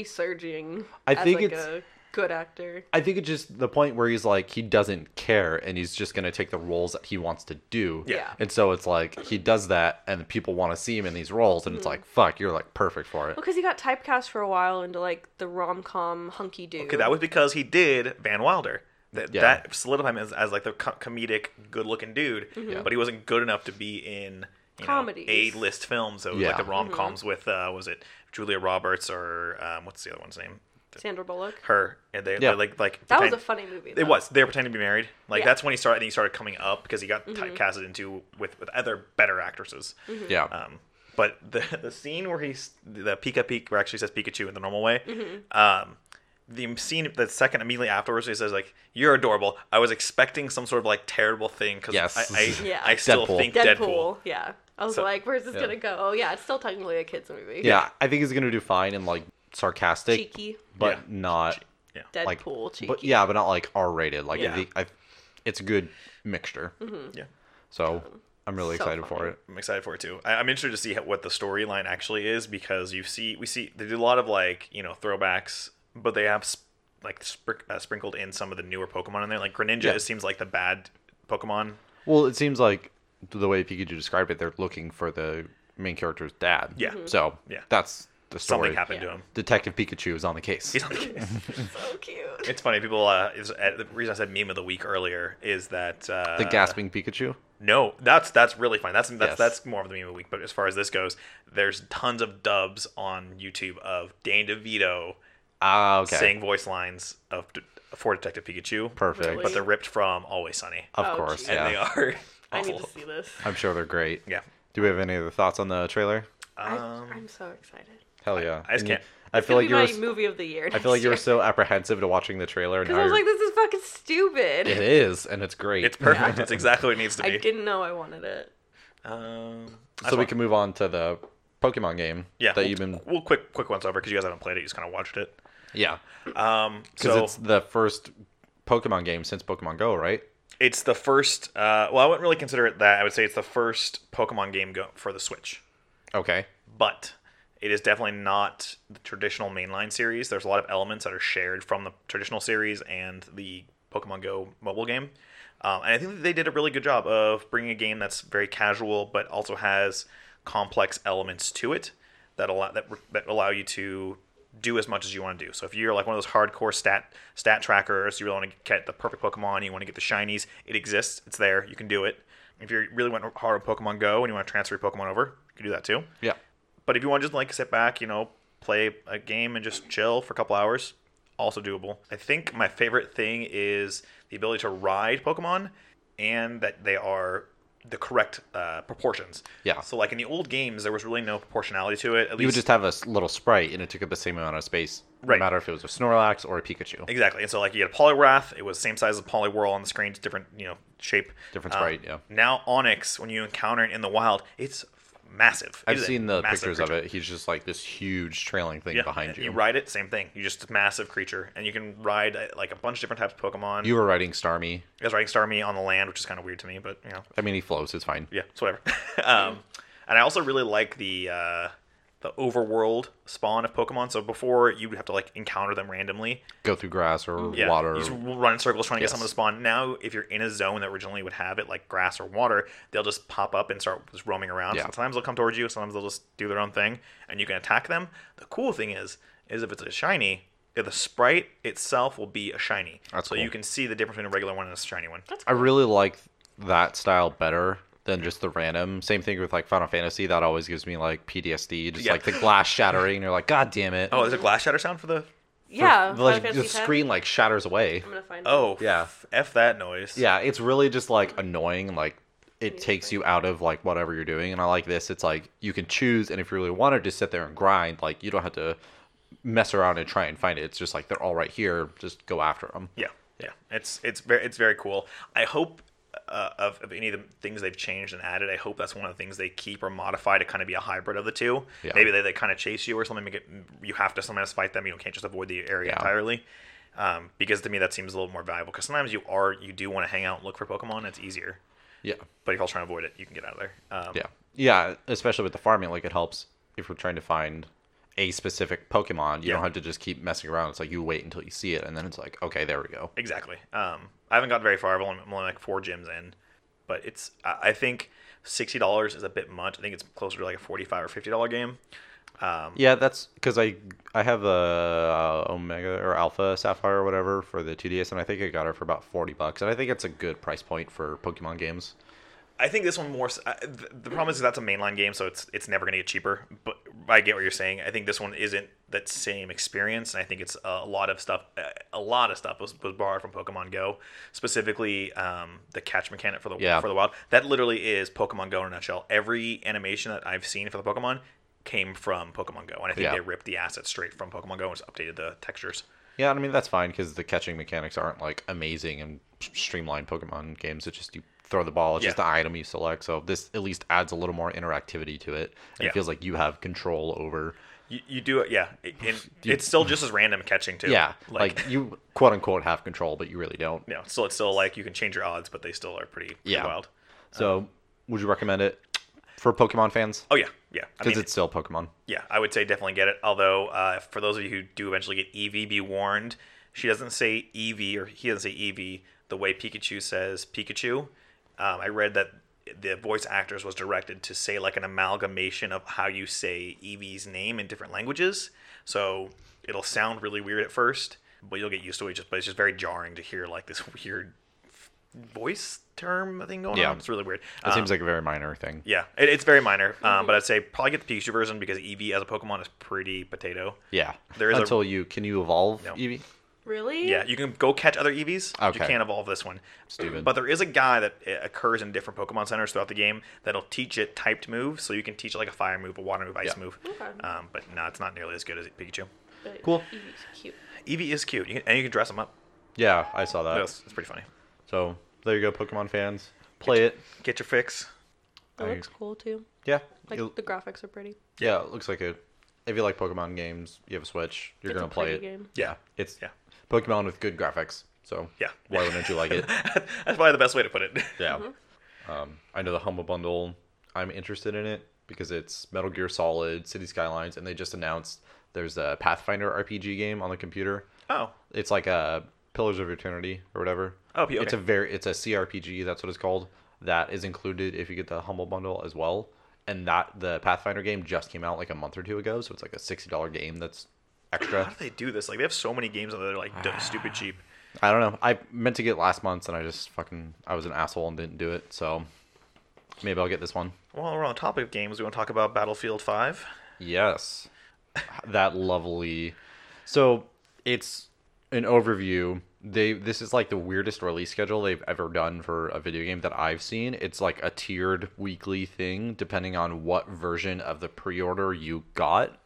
B: resurging.
A: I
B: as,
A: think
B: like,
A: it's-
B: a good actor.
A: I think it's just the point where he's like he doesn't care and he's just gonna take the roles that he wants to do.
B: Yeah.
A: And so it's like he does that and people want to see him in these roles and it's
C: Mm-hmm.
A: like fuck, you're like perfect for it.
B: Well, because he got typecast for a while into like the rom com hunky dude.
C: Okay, that was because he did Van Wilder. That
A: Yeah.
C: that solidified him as, as like the co- comedic, good-looking dude,
A: Yeah.
C: but he wasn't good enough to be in you know,
B: Comedies. Mm-hmm.
C: A-list films. So it was
A: Yeah.
C: like the rom-coms with uh, was it Julia Roberts or um, what's the other one's name?
B: Sandra Bullock.
C: Her and they
A: Yeah.
C: they, like like
B: That was
C: pretend-
B: a funny movie.
C: It
B: though.
C: was. They were pretending to be married. Like
B: Yeah. Mm-hmm.
C: that's when he started. I think he started coming up because he got typecasted into with with other better actresses.
A: Yeah.
C: Um, but the *laughs* the scene where he's the Pika Peek, where actually says Pikachu in the normal way.
B: Mm-hmm.
C: Um, the scene, the second immediately afterwards, he says like, "You're adorable." I was expecting some sort of like terrible thing because
A: Yes.
C: I
B: *laughs*
C: I,
B: Yeah.
C: I still
A: Deadpool.
C: think
B: Deadpool.
C: Deadpool.
B: Yeah. I was
C: So-
B: like, where's this
A: Yeah.
B: gonna go? Oh yeah, it's still technically a kids movie.
A: yeah, I think he's gonna do fine and like sarcastic,
B: Cheeky.
A: but
C: Yeah.
A: not
C: Yeah.
B: Deadpool
A: like
B: cheeky.
A: But yeah, but not like R rated. Like
C: Yeah.
A: I think I, it's a good mixture.
C: Yeah.
A: So I'm really
B: Mm-hmm. So
A: excited for
B: funny.
A: it.
C: I'm excited for it too. I, I'm interested to see how, what the storyline actually is because you see, we see they do a lot of like you know throwbacks, but they have sp- like spr- uh, sprinkled in some of the newer Pokemon in there. Like Greninja
A: Yeah.
C: it seems like the bad Pokemon.
A: Well, it seems like the way Pikachu described it, they're looking for the main character's dad.
C: Yeah.
B: Mm-hmm.
C: Mhm.
A: So
C: Yeah.
A: that's the story.
C: Something happened to
B: Yeah.
C: him.
A: Detective Pikachu is on the case.
C: He's on the case.
B: so cute.
C: it's funny. People. Uh, is, uh, the reason I said meme of the week earlier is that uh,
A: the gasping Pikachu.
C: No, that's that's really fine. That's that's
A: Yes.
C: that's more of the meme of the week. But as far as this goes, there's tons of dubs on YouTube of Dan DeVito
A: Ah, okay.
C: saying voice lines of for Detective Pikachu.
A: Perfect.
B: Really?
C: But they're ripped from Always Sunny.
A: Of
B: Oh,
A: course,
B: geez.
C: and
A: yeah.
C: they are
B: *laughs* I need to
C: awful.
B: see this.
A: I'm sure they're great.
C: Yeah.
A: Do we have any other thoughts on the trailer?
B: I, *laughs*
C: Um,
B: I'm so excited.
A: Hell yeah.
C: I
A: And
C: just
A: you-
C: can't-
A: I
B: It's
A: feel like
B: gonna be
A: you
B: my
A: were. s-
B: movie of the year.
A: I feel
B: *laughs*
A: like you were so apprehensive to watching the trailer. and
B: Because
A: now
B: I was
A: you're-
B: like, this is fucking stupid.
A: *laughs* it is, and it's great. *laughs*
C: it's perfect. It's exactly what it needs to
B: I
C: be.
B: didn't know I wanted it.
C: Um,
A: so we can move on to the Pokemon game
C: yeah.
A: that
C: we'll,
A: you've been.
C: we'll quick quick once over because you guys haven't played it. You just kind of watched it.
A: Yeah.
C: Um,
A: Because
C: so
A: it's the first Pokemon game since Pokemon Go, right?
C: it's the first. Uh, well, I wouldn't really consider it that. I would say it's the first Pokemon game go- for the Switch.
A: Okay.
C: but it is definitely not the traditional mainline series. There's a lot of elements that are shared from the traditional series and the Pokemon Go mobile game, Um, and I think that they did a really good job of bringing a game that's very casual but also has complex elements to it that allow that, that allow you to do as much as you want to do. So if you're like one of those hardcore stat stat trackers, you really want to get the perfect Pokemon, you want to get the shinies, it exists, it's there, you can do it. If you really went hard on Pokemon Go and you want to transfer your Pokemon over, you can do that too.
A: Yeah.
C: But if you want to just like sit back, you know, play a game and just chill for a couple hours, also doable. I think my favorite thing is the ability to ride Pokemon and that they are the correct uh, proportions.
A: Yeah.
C: So like in the old games, there was really no proportionality to it. At
A: You would
C: least
A: just have a s- little sprite and it took up the same amount of space,
C: Right.
A: no matter if it was a Snorlax or a Pikachu.
C: Exactly. And so like you had a Poliwrath, it was same size as Poliwhirl on the screen, just different, you know, shape.
A: Different
C: Um,
A: sprite, yeah.
C: Now Onyx, when you encounter it in the wild, it's f- massive. It
A: I've
C: is a
A: seen the
C: massive
A: pictures
C: creature.
A: of it. He's just like this huge trailing thing
C: Yeah.
A: behind
C: and
A: you.
C: You ride it, same thing. You just massive creature, and you can ride uh, like a bunch of different types of Pokemon.
A: you were riding Starmie.
C: I was riding Starmie on the land, which is kind of weird to me, but you know,
A: I mean, he flows. It's fine.
C: yeah, it's whatever. *laughs* um, and I also really like the uh, the overworld spawn of Pokemon. So before you would have to like encounter them randomly,
A: Go through grass or
C: yeah,
A: water.
C: You just run in circles trying to get
A: Yes.
C: someone to spawn. Now, if you're in a zone that originally would have it, like grass or water, they'll just pop up and start just roaming around.
A: Yeah.
C: Sometimes they'll come towards you. Sometimes they'll just do their own thing, and you can attack them. The cool thing is, is if it's a shiny, the sprite itself will be a shiny.
A: That's
C: so
A: cool.
C: you can see the difference between a regular one and a shiny one.
A: I really like that style better than just the random. Same thing with like Final Fantasy. That always gives me like PTSD. Just
C: Yeah.
A: like the glass shattering. You're like, God damn it.
C: oh, there's a glass shatter sound for the.
B: Yeah, Final
A: like,
B: Fantasy
A: the
B: 10.
A: screen like shatters away.
B: I'm gonna find. it.
C: Oh
A: Yeah.
C: f- F that noise.
A: Yeah, it's really just like annoying. Like it takes you out of like whatever you're doing. And I like this. It's like you can choose, and if you really wanted to sit there and grind, like you don't have to mess around and try and find it. It's just like they're all right here. Just go after them.
C: Yeah, yeah. It's it's very it's very cool. I hope uh, of of any of the things they've changed and added. I hope that's one of the things they keep or modify to kind of be a hybrid of the two.
A: Yeah.
C: Maybe they, they kind of chase you or something. Make it you have to sometimes fight them. You can't just avoid the area
A: Yeah.
C: entirely. Um, because to me that seems a little more valuable. Because sometimes you are you do want to hang out and look for Pokemon. It's easier.
A: Yeah,
C: But if you're trying to avoid it, you can get out of there. Um,
A: yeah, yeah. Especially with the farming, like it helps if we're trying to find a specific Pokemon. You
C: Yeah.
A: don't have to just keep messing around. It's like you wait until you see it, and then it's like, okay, there we go.
C: Exactly. Um, I haven't got very far. I've only, I'm only like four gyms in, but it's. I I think sixty dollars is a bit much. I think it's closer to like a forty-five or fifty-dollar game. Um,
A: Yeah, that's because I I have a uh, Omega or Alpha Sapphire or whatever for the 2DS, and I think I got her for about forty bucks, and I think it's a good price point for Pokemon games.
C: I think this one more. s- I- th the problem is that's a mainline game, so it's it's never going to get cheaper. But I get what you're saying. I think this one isn't that same experience, and I think it's a lot of stuff. eh, A lot of stuff was, was borrowed from Pokemon Go, specifically um, the catch mechanic for the
A: Yeah.
C: for the wild. That literally is Pokemon Go in a nutshell. Every animation that I've seen for the Pokemon came from Pokemon Go, and I think
A: Yeah.
C: they ripped the assets straight from Pokemon Go and just updated the textures.
A: Yeah, and I mean that's fine because the catching mechanics aren't like amazing and streamlined Pokemon games. It's just you throw the ball. It's just
C: Yeah.
A: the item you select. So this at least adds a little more interactivity to it. And
C: Yeah.
A: It feels like you have control over.
C: You, you do it, yeah.
A: *sighs*
C: It, and it's still just as random catching too.
A: Yeah, like, you quote unquote have control, but you really don't.
C: you know, still it's still like you can change your odds, but they still are pretty, pretty
A: Yeah.
C: wild.
A: So would you recommend it for Pokemon fans?
C: Oh yeah, yeah. I
A: Because
C: mean,
A: it's still Pokemon.
C: yeah, I would say definitely get it. Although uh, for those of you who do eventually get Eevee, be warned. She doesn't say Eevee or he doesn't say Eevee the way Pikachu says Pikachu. Um, I read that the voice actors was directed to say like an amalgamation of how you say Eevee's name in different languages. So it'll sound really weird at first, but you'll get used to it. Just but it's just very jarring to hear like this *laughs* weird voice term thing going
A: Yeah.
C: on. It's really weird.
A: It seems like a very minor thing.
C: Yeah, it, it's very minor, um, but I'd say probably get the Pikachu version because Eevee as a Pokemon is pretty potato.
A: Yeah.
C: There is a-
A: until you can you evolve
C: No.
A: Eevee?
B: Really?
C: Yeah, you can go catch other Eevees. but You
A: Okay.
C: can't evolve this one.
A: Stupid.
C: But there is a guy that uh, occurs in different Pokemon centers throughout the game that'll teach it typed moves, so you can teach it like a fire move, a water move, ice
A: Yeah.
C: move.
B: Okay.
C: Um, but no, it's not nearly as good as Pikachu.
B: But
A: Cool.
B: Eevee's cute.
C: Eevee is cute, you can, and you can dress him up.
A: Yeah, I saw that.
C: That's, that's pretty funny.
A: So there you go, Pokemon fans. Play it.
C: Get your fix. *laughs*
B: It
A: I-
B: looks cool too.
A: Yeah.
B: Like
A: you-
B: the graphics are pretty.
A: Yeah, it looks like it. If you like Pokemon games, you have a Switch, you're
B: It's a
A: gonna play it.
B: pretty game.
A: Yeah, it's
C: Yeah.
A: Pokemon with good graphics. So
C: Yeah.
A: why wouldn't you
C: *laughs*
A: like it?
C: That's probably the best way to put it.
A: Yeah.
B: Mm-hmm.
A: Um, I know the Humble Bundle. I'm interested in it because it's Metal Gear Solid, City Skylines, and they just announced there's a Pathfinder RPG game on the computer.
C: *laughs* Oh,
A: It's like a Pillars of Eternity or whatever.
C: Oh, okay.
A: It's a very it's a CRPG. That's what it's called. That is included if you get the Humble Bundle as well. And that the Pathfinder game just came out like a month or two ago, so it's like a sixty dollar game that's
C: How
A: extra.
C: do they do this? Like they have so many games that are like d-
A: *sighs*
C: stupid cheap.
A: I don't know. I meant to get it last month and I just fucking I was an asshole and didn't do it. So maybe I'll get this one.
C: While we're on the topic of games, we want to talk about Battlefield Five.
A: Yes. That lovely. So it's an overview. They this is like the weirdest release schedule they've ever done for a video game that I've seen. It's like a tiered weekly thing depending on what version of the pre-order you got.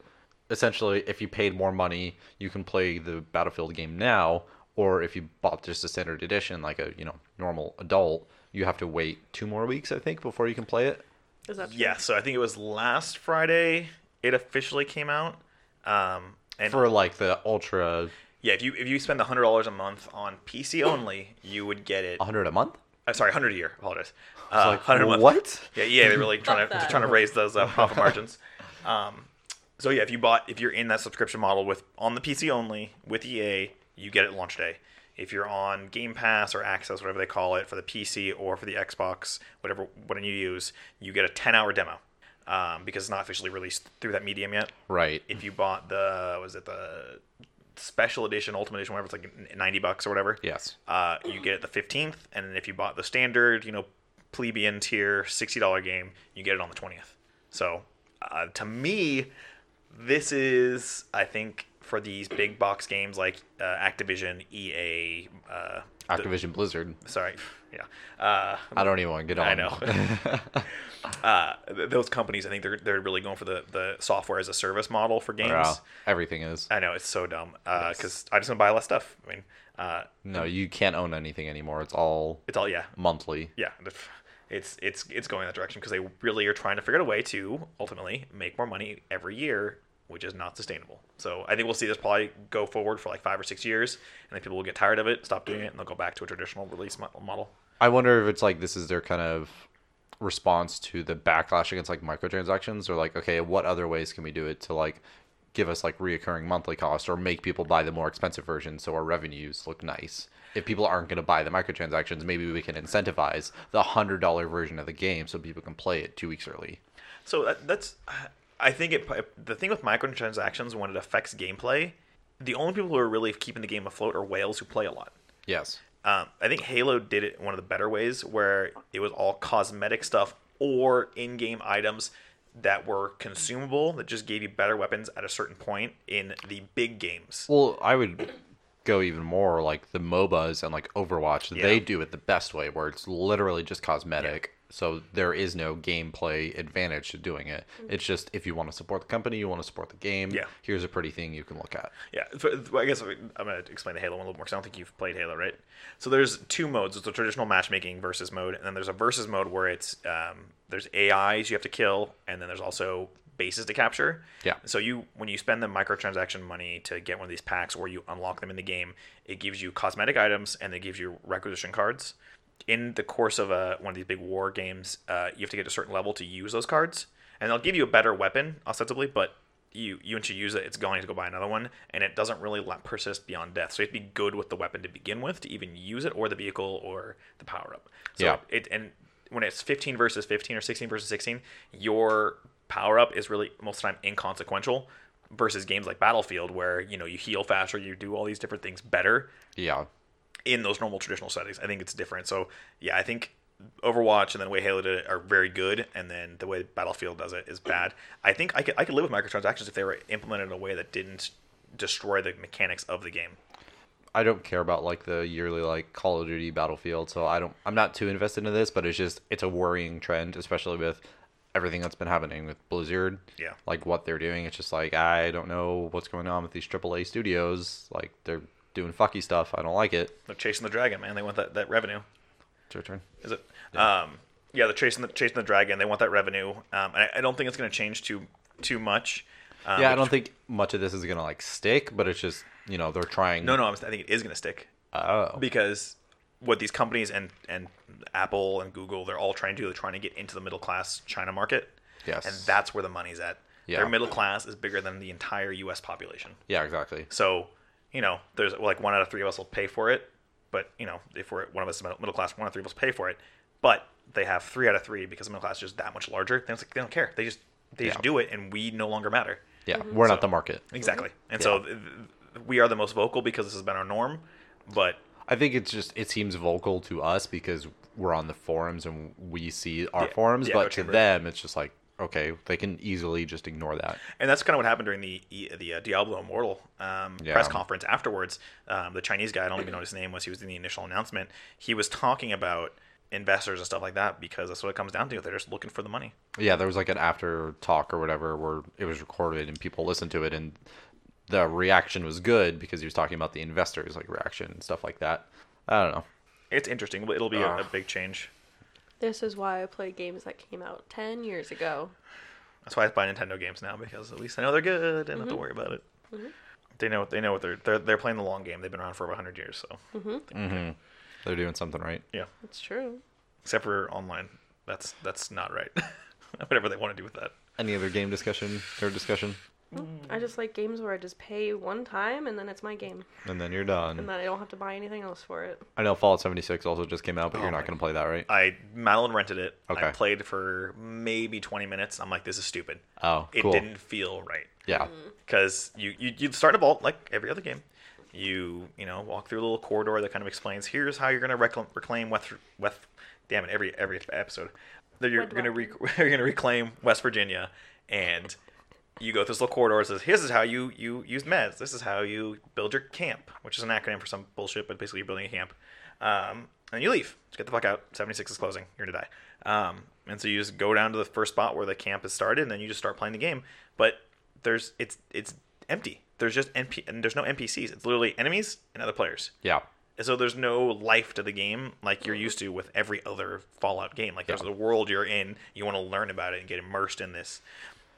A: Essentially, if you paid more money, you can play the Battlefield game now, or if you bought just a standard edition like a, you know, normal adult, you have to wait two more weeks I think before you can play it.
B: Is that true?
C: Yeah, so I think it was last Friday it officially came out. Um, and
A: For like the ultra
C: yeah, if you if you spend hundred dollars a month on PC only, you would get it.
A: 100 a month.
C: I'm sorry, hundred a year. Apologize. Uh,
A: like,
C: 100 a month.
A: what?
C: Yeah, yeah, they're really trying to
B: that.
C: they're trying to raise those uh, profit margins. *laughs* Um, so yeah, if you bought if you're in that subscription model with on the PC only with EA, you get it launch day. If you're on Game Pass or Access, whatever they call it, for the PC or for the Xbox, whatever what you use, you get a 10 hour demo um, because it's not officially released through that medium yet.
A: Right.
C: If you bought the was it the special edition, ultimate edition, whatever, it's like 90 bucks or whatever.
A: Yes.
C: Uh, you get it the 15th, and then if you bought the standard, you know, plebeian tier $60 game, you get it on the 20th. So, uh, to me, this is, I think, for these big box games like uh, Activision, EA, uh,
A: Activision Blizzard.
C: sorry, yeah, uh,
A: I don't even want to get on.
C: I *laughs* know.
A: *laughs*
C: uh, th- those companies, I think they're they're really going for the the software as a service model for games.
A: Yeah, everything is.
C: I know it's so dumb because I just want to buy less stuff. I mean, uh,
A: No, you can't own anything anymore. It's all
C: it's all yeah.
A: monthly.
C: yeah, if- it's it's it's going that direction because they really are trying to figure out a way to ultimately make more money every year, which is not sustainable. So I think we'll see this probably go forward for like five or six years, and then people will get tired of it, stop doing it, and they'll go back to a traditional release mo- model.
A: I wonder if it's like this is their kind of response to the backlash against like microtransactions or like okay, what other ways can we do it to like give us like reoccurring monthly cost or make people buy the more expensive version so our revenues look nice. If people aren't going to buy the microtransactions, maybe we can incentivize the $100 version of the game so people can play it 2 weeks early.
C: So that, that's, I think it. The thing with microtransactions when it affects gameplay, the only people who are really keeping the game afloat are whales who play a lot.
A: Yes.
C: Um, I think Halo did it in one of the better ways, where it was all cosmetic stuff or in-game items that were consumable that just gave you better weapons at a certain point in the big games.
A: Well, I would go even more like the MOBAs and like Overwatch. They do it the best way, where it's literally just cosmetic. So there is no gameplay advantage to doing it. It's just if you want to support the company, you want to support the game.
C: Yeah.
A: Here's a pretty thing you can look at.
C: Yeah, so- so I guess I'm going to explain the Halo one a little more because I don't think you've played Halo, right? So there's two modes. There's the traditional matchmaking versus mode, and then there's a versus mode where it's um, there's AIs you have to kill, and then there's also bases to capture.
A: Yeah.
C: So you when you spend the microtransaction money to get one of these packs or you unlock them in the game, it gives you cosmetic items and it gives you requisition cards. In the course of a, one of these big war games, uh, you have to get to a certain level to use those cards, and they'll give you a better weapon ostensibly, but you you once you use it, it's going to go buy another one, and it doesn't really la- persist beyond death. So you have to be good with the weapon to begin with to even use it, or the vehicle, or the power up. So
A: Yeah.
C: it and when it's 15 versus 15 or 16 versus 16 your power up is really most of the time inconsequential versus games like battlefield where you know you heal faster you do all these different things better
A: Yeah.
C: in those normal traditional settings i think it's different so yeah i think overwatch and then the way halo did it are very good and then the way battlefield does it is bad i think i could, I could live with microtransactions if they were implemented in a way that didn't destroy the mechanics of the game
A: I don't care about like the yearly like Call of Duty Battlefield, so I don't. I'm not too invested in this, but it's just it's a worrying trend, especially with everything that's been happening with Blizzard.
C: Yeah.
A: like what they're doing. It's just like I don't know what's going on with these AAA studios. Like they're doing fucky stuff. I don't like it.
C: they're chasing the dragon man they want that, that revenue
A: It's your turn.
C: Is it? Yeah. Um, yeah, they're chasing the chasing the dragon. They want that revenue. Um, and I, I don't think it's going to change too too much. Um,
A: yeah, I
C: which-
A: don't think much of this is gonna like stick, but it's just you know they're trying.
C: No, no, I'm, I think it is going to stick
A: Oh,
C: because what these companies and and Apple and Google they're all trying to do they're trying to get into the middle class China market.
A: Yes.
C: And that's where the money's at.
A: Yeah.
C: Their middle class is bigger than the entire U.S. population.
A: yeah, exactly.
C: So you know, there's like one out of three of us will pay for it, but you know, if we're one of us is middle middle class, one out of three of us pay for it, but they have three out of three because the middle class is just that much larger. They don't, they don't care. They just they
A: Yeah.
C: just do it, and we no longer matter.
A: Yeah, we're not the
C: So-
A: market.
C: Exactly.
A: Mm-hmm.
C: And so th- th- we are the most vocal because this has been our norm, but
A: I think it's just it seems vocal to us because we're on the forums and we see our
C: Yeah.
A: forums,
C: Yeah,
A: but
C: no
A: to
C: chamber.
A: them it's just like okay, they can easily just ignore that.
C: And that's kind of what happened during the E- the uh, Diablo Immortal um,
A: Yeah.
C: press conference afterwards. Um, the Chinese guy, I don't even know what his name was. He was in the initial announcement. He was talking about investors and stuff like that because that's what it comes down to. They're just looking for the money.
A: Yeah, there was like an after talk or whatever where it was recorded and people listened to it and the reaction was good because he was talking about the investors like reaction and stuff like that. I don't know.
C: It's interesting, but it'll be a,
A: Ah.
C: a big change.
B: This is why I play games that came out 10 years ago.
C: That's why I buy Nintendo games now because at least I know they're good and I don't have to worry about it. They know they know what they're they're they're playing the long game. They've been around for over hundred years, so
A: They're doing something right.
C: yeah.
B: It's true.
C: Except for online, that's that's not right. *laughs* Whatever they want to do with that.
A: Any other game discussion or discussion?
B: I just like games where I just pay one time and then it's my game.
A: And then you're done.
B: And then I don't have to buy anything else for it.
A: I know Fallout 76 also just came out, but you're
C: my
A: not going to play that, right?
C: Oh, I Madeline rented it. I
A: Okay.
C: played for maybe 20 minutes. I'm like, this is stupid.
A: Oh,
C: it
A: cool.
C: didn't feel right
A: Yeah.
C: because you, you you start a vault like every other game. You you know walk through a little corridor that kind of explains here's how you're gonna reclaim reclaim West West. Damn it! Every every episode, that you're gonna re- *laughs* you're gonna reclaim West Virginia, and you go through this little corridor. It says this is how you you use meds. This is how you build your camp, which is an acronym for some bullshit, but basically you're building a camp. Um, and you leave. Just get the fuck out. 76 is closing. You're gonna die. Um, and so you just go down to the first spot where the camp is started, and then you just start playing the game. But there's it's it's empty. There's just NP and there's no NPCs. It's literally enemies and other players.
A: Yeah.
C: And so there's no life to the game like you're used to with every other Fallout game. Like there's the world you're in. You want to learn about it and get immersed in this.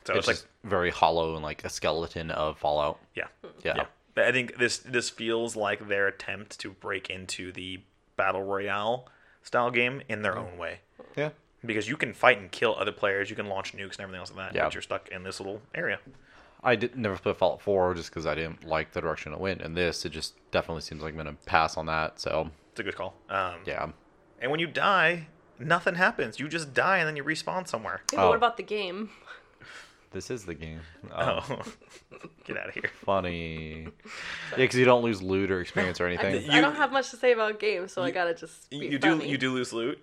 C: So
A: It's
C: it's, like
A: just very hollow and like a skeleton of Fallout.
C: yeah.
A: Yeah.
C: But I think this this feels like their attempt to break into the battle royale style game in their
A: Mm-hmm.
C: own way.
A: Yeah.
C: Because you can fight and kill other players, you can launch nukes and everything else like that,
A: Yeah.
C: but you're stuck in this little area.
A: I did never played Fallout 4 just because I didn't like the direction it went. And this, it just definitely seems like I'm going to pass on that. So,
C: It's a good call. Um,
A: yeah.
C: And when you die, nothing happens. You just die and then you respawn somewhere.
B: Yeah, but
A: Oh.
B: what about the game?
A: This is the game. Oh,
C: Oh, *laughs* get out of here.
A: funny. Yeah, because you don't lose loot or experience
C: *laughs*
A: or
B: I,
A: anything.
B: just- I
C: You-
B: don't have much to say about games, so I
C: you-
B: gotta just. Be
C: You do
B: funny.
C: you do lose loot.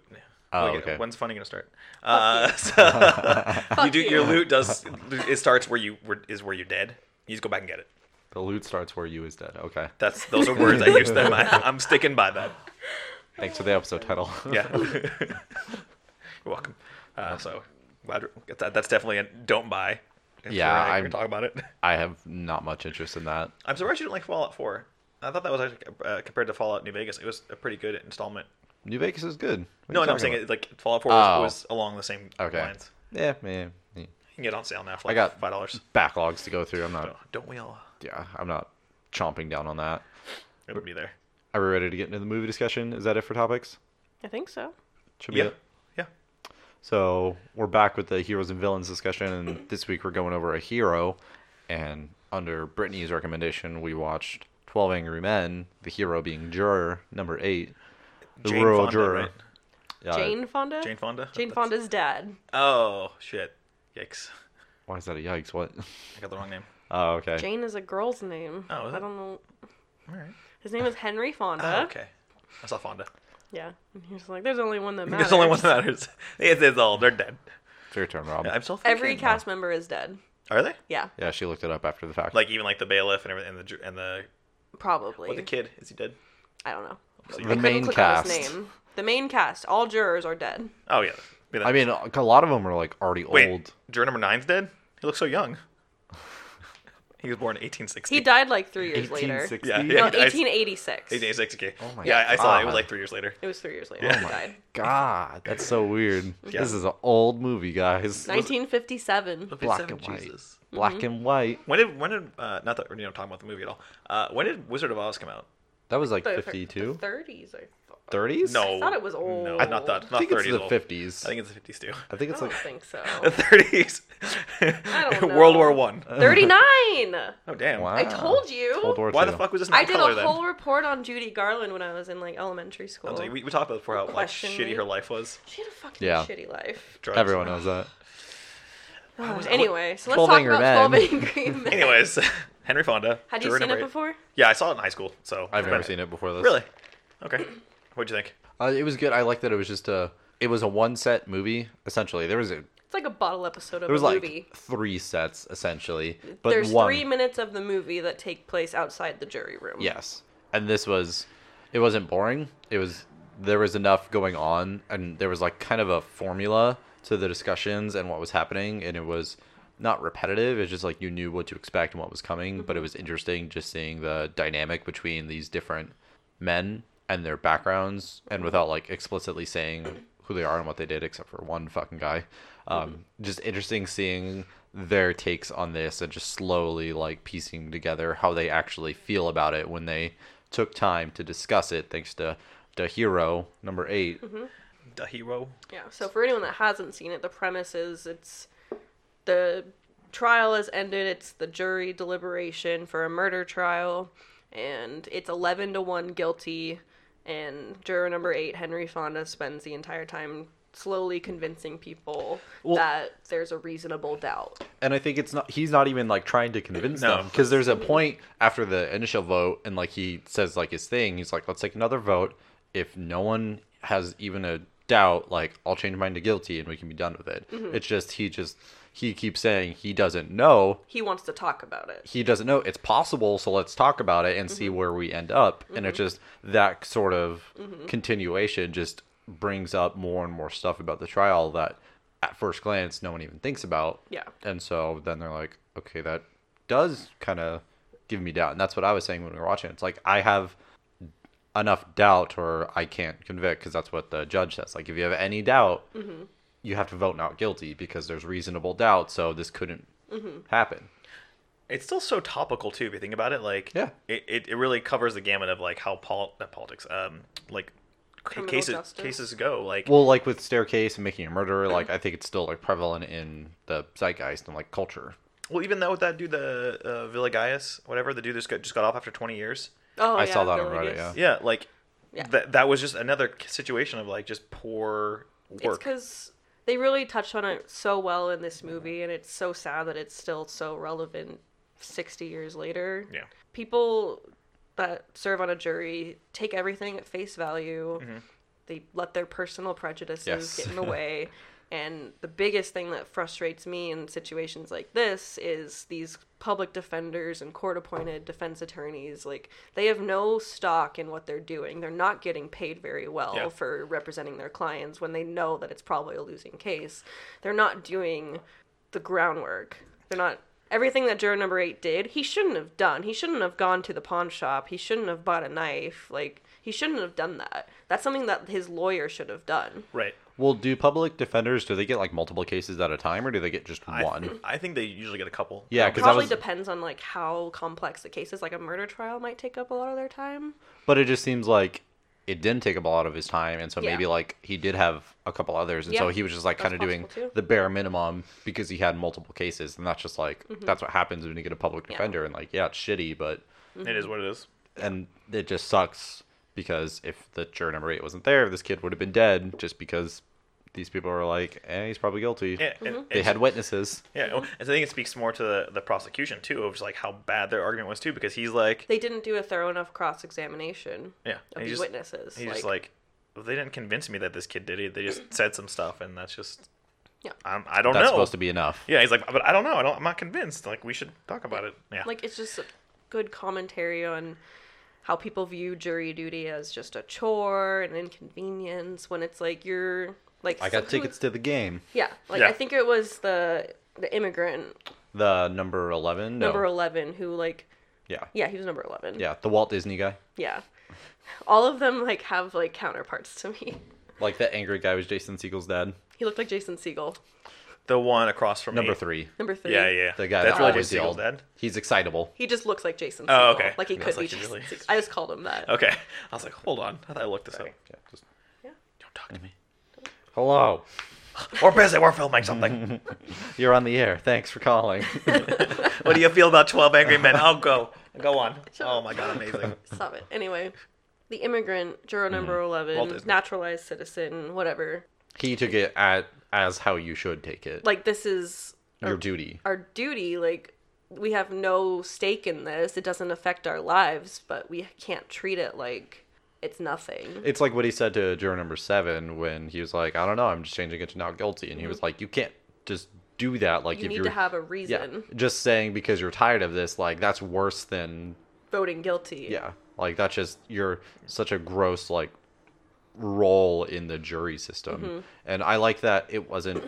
A: Oh,
C: Like,
A: okay.
C: When's funny
B: *laughs*
C: gonna start? Uh, so *laughs* you
B: Fuck
C: do your
B: you.
C: loot does it starts where you where, is where you're dead. You just go back and get it.
A: The loot starts where you is dead. Okay.
C: That's those are words I used them. I, I'm sticking by that.
A: Thanks for the episode title.
C: Yeah. *laughs* You're welcome. Uh, so glad that, that's definitely a don't buy. If
A: Yeah,
C: we're not
A: I'm-
C: gonna talk about it.
A: *laughs* I have not much interest in that.
C: I'm surprised you didn't like Fallout 4. I thought that was actually, uh, compared to Fallout New Vegas, it was a pretty good installment.
A: New Vegas is good. What are
C: No,
A: you
C: no, I'm
A: talking
C: saying
A: about?
C: it, like Fallout 4 was,
A: Oh.
C: was along the same
A: Okay.
C: lines.
A: Yeah, man. Yeah.
C: You can get it on sale now for
A: I
C: like
A: got
C: five dollars.
A: backlogs to go through. I'm not.
C: Don't we all?
A: Yeah, I'm not chomping down on that.
C: It'll be there.
A: Are we ready to get into the movie discussion? Is that it for topics?
B: I think so.
A: Should be
C: Yeah,
A: it.
C: yeah.
A: So we're back with the heroes and villains discussion, and this week we're going over a hero. And under Brittany's recommendation, we watched Twelve Angry Men. The hero being Juror number eight, the
C: Jane
A: rural
C: Fonda,
A: juror.
C: right?
A: Uh,
B: Jane Fonda.
C: Jane Fonda.
B: Jane
C: That's-
B: Fonda's dad.
C: Oh shit! Yikes!
A: Why is that a yikes? What? *laughs*
C: I got the wrong name.
A: Oh, okay.
B: Jane is a girl's name.
C: Oh, is
B: I
C: it?
B: don't know.
C: All right.
B: His name is Henry Fonda.
C: Oh, okay. I saw *laughs* Fonda.
B: Yeah. And he was like, there's only one that matters.
C: *laughs* There's only one that matters. It's, it's all. They're dead.
A: Fair turn, Rob.
C: I'm still thinking.
B: Every cast member is dead.
C: Are they?
B: Yeah,
A: Yeah, she looked it up after the fact.
C: Like even like the bailiff and everything and the ju- and the
B: probably.
C: what the kid is he dead?
B: I don't know.
C: So
A: The
C: you-
A: main
B: Click on his
A: cast.
B: name. The main cast. All jurors are dead.
C: oh yeah. Be that-
A: I mean, a lot of them are like already
C: wait.
A: old.
C: Juror number nine's dead. He looks
A: *laughs*
C: so young. he was born in 1860.
B: He died like three years later. No,
C: Yeah, yeah. he dies-
B: 1886.
C: 1860. Oh
A: my
C: yeah, I- I saw it. It
A: God.
C: was like three years later.
B: It was three years
C: Oh
B: later. He died.
A: God, that's so
B: *laughs*
A: weird.
C: Yeah.
A: This is an old movie, guys.
B: 1957.
A: Black and white. Black
B: Mm-hmm.
A: and white.
C: When did when did uh, not that we're you know talking about the movie at all? Uh, when did Wizard of Oz come out?
A: That was like
B: The- the
A: 52.
B: 30s, I thought.
A: 30s?
C: No,
B: I thought it was old.
C: No, not that. Not
A: I think it's
C: 30s.
A: the
C: old.
A: 50s.
C: I think it's the 50s too.
A: I think *laughs*
B: I
A: it's
B: don't *laughs*
A: like
B: think so.
C: The 30s. *laughs*
B: I don't
C: World
B: know.
C: War One.
B: Thirty-nine.
C: Oh damn.
A: wow.
B: I told you.
A: World Ah, War
C: Why the
A: II.
C: fuck was this not
B: I did
C: color
B: a
C: then?
B: whole report on Judy Garland when I was in like elementary
C: I
B: school.
C: was like, we, we talked about before how like
B: Question
C: shitty
B: me.
C: her life was.
B: She had a fucking
A: Yeah.
B: shitty life.
C: Drugs.
A: Everyone knows that.
B: Ugh, Oh, anyway, so let's
A: 12
B: talk
A: Angry
B: about Twelve
A: Men.
C: *laughs*
B: Angry Men.
C: Anyways, Henry Fonda.
B: had you
C: juror
B: seen
C: number
B: it
C: eight.
B: before?
C: Yeah, I saw it in high school. So
A: I've never
C: But-
A: seen it before this.
C: Really? Okay. What'd you think?
A: Uh, it was good. I like that it was just a. It was a one set movie essentially. There was a,
B: It's like a bottle episode of
A: there was
B: a
A: like
B: movie.
A: three sets essentially, but
B: There's
A: one.
B: three minutes of the movie that take place outside the jury room.
A: Yes. And this was it wasn't boring. It was there was enough going on and there was like kind of a formula to the discussions and what was happening and it was not repetitive. It's just like you knew what to expect and what was coming, but it was interesting just seeing the dynamic between these different men and their backgrounds and without like explicitly saying who they are and what they did except for one fucking guy. Um, just interesting seeing their takes on this and just slowly like piecing together how they actually feel about it when they took time to discuss it thanks to the hero number 8
C: The hero.
B: Yeah. So for anyone that hasn't seen it, the premise is it's the trial has ended. It's the jury deliberation for a murder trial, and it's eleven to one guilty. And juror number eight, Henry Fonda, spends the entire time slowly convincing people
A: Well-
B: that there's a reasonable doubt.
A: and I think it's not he's not even like trying to convince
C: No.
A: them because there's a point after the initial vote and like he says like his thing he's like let's take another vote if no one has even a doubt like I'll change mine to guilty and we can be done with it it's just he just he keeps saying he doesn't know
B: He wants to talk about it.
A: he doesn't know it's possible so let's talk about it and see where we end up and it's just that sort of continuation just brings up more and more stuff about the trial that at first glance no one even thinks about
B: Yeah.
A: and so then they're like okay that does kind of give me doubt and that's what i was saying when we were watching it. it's like i have enough doubt or i can't convict because that's what the judge says like if you have any doubt you have to vote not guilty because there's reasonable doubt so this couldn't happen
C: It's still so topical too. If you think about it, like
A: Yeah.
C: it, it, it really covers the gamut of like how pol- not politics, um, like c-
B: Criminal
C: cases
B: justice.
C: cases go. Like
A: Well, like with staircase and making a murderer,
B: Mm-hmm.
A: like I think it's still like prevalent in the zeitgeist and like culture.
C: Well, even though with that dude, the uh, Villagaius, whatever, the dude that got, just got off after 20 years.
B: Oh,
A: I
B: yeah,
A: saw that on
B: Villegas.
A: Reddit, yeah.
C: Yeah, like
B: Yeah.
C: that that was just another k- situation of like just poor
B: It's
C: work.
B: because they really touched on it so well in this movie, and it's so sad that it's still so relevant 60 years later.
C: Yeah.
B: People that serve on a jury take everything at face value, they let their personal prejudices
A: Yes.
B: get in the way. And the biggest thing that frustrates me in situations like this is these public defenders and court appointed defense attorneys. Like, they have no stock in what they're doing. They're not getting paid very well
C: Yeah.
B: for representing their clients when they know that it's probably a losing case. They're not doing the groundwork. They're not. Everything that juror number eight did, he shouldn't have done. He shouldn't have gone to the pawn shop. He shouldn't have bought a knife. Like, he shouldn't have done that. That's something that his lawyer should have done.
C: Right.
A: Well, do public defenders do they get like multiple cases at a time, or do they get just
C: I,
A: one?
C: I think they usually get a couple.
A: *laughs* Yeah, because I
B: probably
A: was.
B: depends on like how complex the case is. Like a murder trial might take up a lot of their time.
A: but it just seems like it didn't take up a lot of his time, and so
B: Yeah.
A: maybe like he did have a couple others, and so
B: Yeah,
A: he was just like
B: that's
A: kind of doing
B: possible, too.
A: the bare minimum because he had multiple cases, and that's just like
B: Mm-hmm.
A: that's what happens when you get a public defender, and like yeah, it's shitty, but
C: It
B: Mm-hmm.
C: is what it is.
A: and it just sucks because if the juror number eight wasn't there, this kid would have been dead just because these people were like, eh, he's probably guilty.
C: Yeah,
B: Mm-hmm.
C: and
A: They
C: it's-
A: had witnesses.
C: Yeah, and I think it speaks more to the, the prosecution too, of just like how bad their argument was too, because he's like,
B: They didn't do a thorough enough cross examination
C: yeah,
B: of
C: he's
B: these
C: just,
B: witnesses.
C: he's just like, "Well, they didn't convince me that this kid did it.
B: *clears throat*
C: They just said some stuff, and that's just,
B: Yeah.
C: I'm, I don't
A: That's
C: know.
A: supposed to be enough.
C: Oh, Yeah, he's like, but I don't know. I don't, I'm not convinced. Like, we should talk about it. Yeah.
B: like it's just a good commentary on how people view jury duty as just a chore and inconvenience when it's like you're like
A: I got
B: so who-
A: tickets to the game.
B: Yeah, like
C: Yeah.
B: I think it was the the immigrant
A: The number 11? No.
B: number eleven who like
A: yeah.
B: yeah he was number eleven
A: Yeah. The Walt Disney guy.
B: yeah all of them like have like counterparts to me. *laughs*
A: Like that angry guy was Jason Siegel's dad.
B: He looked like Jason Siegel
C: the one across from
A: Number
C: me.
A: three.
B: number three.
C: Yeah, yeah.
A: The guy
C: That's
A: that
C: really
A: always
C: Jason Siegel's
A: yelled.
C: dad.
A: He's excitable.
B: He just looks like Jason. Siegel.
C: Oh, okay.
B: Like he
C: Yeah,
B: could
C: it's
B: be
C: like he
B: Jason.
C: really- Oh.
B: Siegel. I just called him that.
C: Okay. I was like, hold on. I thought I looked this up. Don't talk to me.
A: Hello.
C: We're busy. We're
A: *laughs*
C: filming something.
A: You're on the air. Thanks for
C: *laughs*
A: calling.
C: what do you feel about Twelve Angry Men? I'll go.
B: *laughs*
C: Go on. Oh my
A: *laughs*
C: god, amazing.
B: Stop it. Anyway, the immigrant, juror number 11,
C: Walt Disney.
B: naturalized citizen, whatever.
A: he took it at as how you should take it.
B: Like, this is
A: your duty.
B: our duty. Like, we have no stake in this. It doesn't affect our lives, but we can't treat it like it's nothing.
A: It's like what he said to juror number seven when he was like, I don't know, I'm just changing it to not guilty. And he was like, You can't just do that. Like,
B: Mm-hmm. You
A: if
B: need
A: you're.
B: to have a
A: yeah,
B: reason.
A: just saying because you're tired of this, like, that's worse than.
B: Voting guilty.
A: Yeah. Like, that's just. You're such a gross, like, role in the jury system. And I like that it wasn't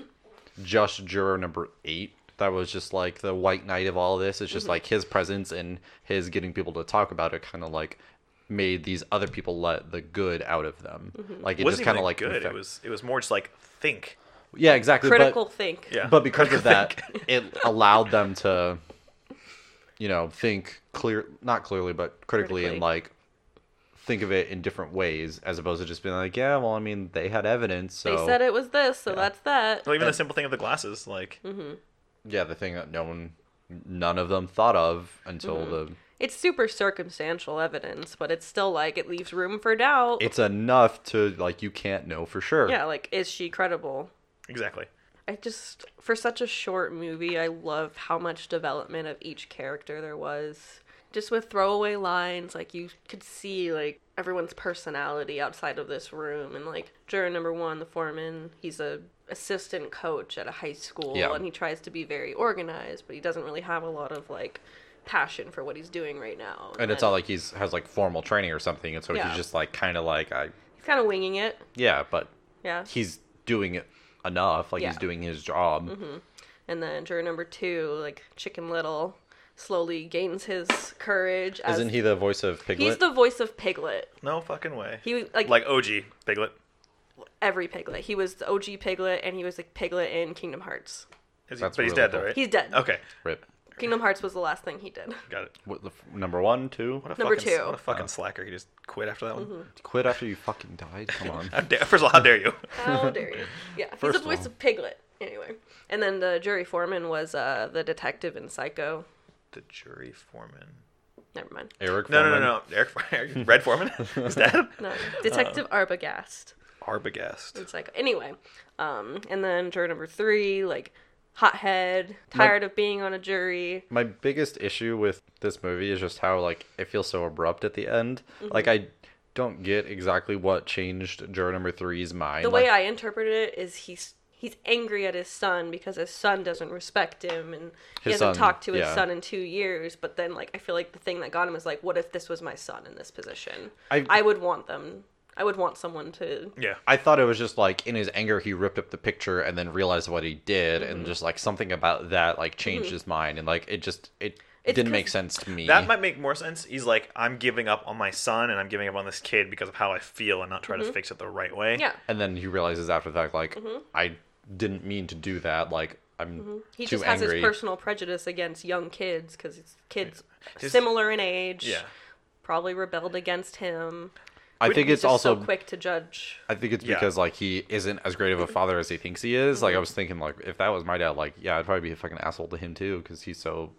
A: just juror number eight. That was just like the white knight of all this. It's just like his presence and his getting people to talk about it kind of like made these other people let the good out of them. Like it
C: It wasn't
A: just kind
C: even
A: of like
C: good. It
A: infect-
C: was. It was more just like think.
A: yeah, exactly. but-
B: Critical think.
C: Yeah.
A: but because
B: *laughs*
A: of that, it allowed them to, you know, think clear, not clearly, but critically,
B: Critically.
A: and like think of it in different ways, as opposed to just being like, yeah, well, I mean, they had evidence, so
B: They said it was this, so that's that.
C: Well, even the simple thing of the glasses, like
B: Mm-hmm.
A: yeah, the thing that no one, none of them thought of until
B: Mm-hmm.
A: the.
B: It's super circumstantial evidence, but it's still like it leaves room for doubt.
A: It's enough to like you can't know for sure.
B: yeah, like is she credible?
C: exactly.
B: I just for such a short movie, I love how much development of each character there was. Just with throwaway lines, like you could see like everyone's personality outside of this room and like juror number 1, the foreman, he's a assistant coach at a high school
A: Yeah.
B: and he tries to be very organized, but he doesn't really have a lot of like passion for what he's doing right now.
A: and it's
B: then
A: not like he's has like formal training or something, and so
B: Yeah.
A: he's just like kind of like I
B: he's kind of winging it.
A: yeah, but
B: Yeah.
A: he's doing it enough, like
B: Yeah. Mm-hmm.
A: he's doing his job.
B: And then juror number two, like Chicken Little, slowly gains his courage. As
A: Isn't he the voice of Piglet?
B: He's the voice of Piglet.
C: No fucking way.
B: He was like,
C: like OG Piglet.
B: every Piglet. He was the OG Piglet, and he was like Piglet in Kingdom Hearts.
C: Is he,
A: That's
C: but he's
A: really
C: dead
A: cool.
C: though, right?
B: He's dead.
C: Okay,
A: Rip.
B: Kingdom Hearts was the last thing
A: *laughs*
B: he did.
C: got it.
A: What the f- number one, two?
C: What a
B: Number
C: fucking,
B: two.
A: Oh.
B: Mm-hmm.
C: What a fucking slacker. He just quit after that one.
A: Quit after you fucking died. Come on.
C: *laughs* How dare, first of all,
A: *laughs*
C: how dare you?
B: How dare you? Yeah, he's
A: First
B: the
A: of
B: voice
A: all.
B: of Piglet. Anyway, and then the jury foreman was uh, the detective in Psycho.
C: the jury foreman.
B: Never mind.
A: *laughs* Eric.
C: No, no,
A: Foreman?
C: no, no. Eric, Eric Red Foreman *laughs*
A: *laughs*
C: is dead.
B: No, Detective
A: Uh.
B: Arbogast.
C: Arbogast.
B: It's like anyway, um, and then juror number three, like hothead, tired of being on a jury.
A: My biggest issue with this movie is just how like it feels so abrupt at the end.
B: Mm-hmm.
A: Like I don't get exactly what changed juror number three's mind.
B: The way I interpret it is he's he's angry at his son because his son doesn't respect him and he
A: His son,
B: hasn't talked to his
A: yeah.
B: son in two years. But then like I feel like the thing that got him is like, what if this was my son in this position?
A: I-
B: I would want them. I would want someone to.
C: Yeah.
A: I thought it was just like in his anger he ripped up the picture and then realized what he did
B: Mm-hmm.
A: and just like something about that like changed his mind and like it just it
B: It's
A: didn't
B: 'cause-
A: make sense to me.
C: That might make more sense. He's like, I'm giving up on my son and I'm giving up on this kid because of how I feel and not trying to fix it the right way.
B: Mm-hmm. Yeah,
A: and then he realizes after the fact like
B: Mm-hmm.
A: I didn't mean to do that. Like I'm
B: he
A: too
B: just has
A: angry.
B: his personal prejudice against young kids because it's kids
C: His-
B: similar in age.
C: Yeah.
B: probably rebelled against him.
A: I think
B: He's
A: it's
B: just
A: also
B: so quick to judge.
A: I think it's
C: Yeah.
A: because like he isn't as great of a father as he thinks he is. Like I was thinking, like if that was my dad, like yeah, I'd probably be a fucking asshole to him too because he's so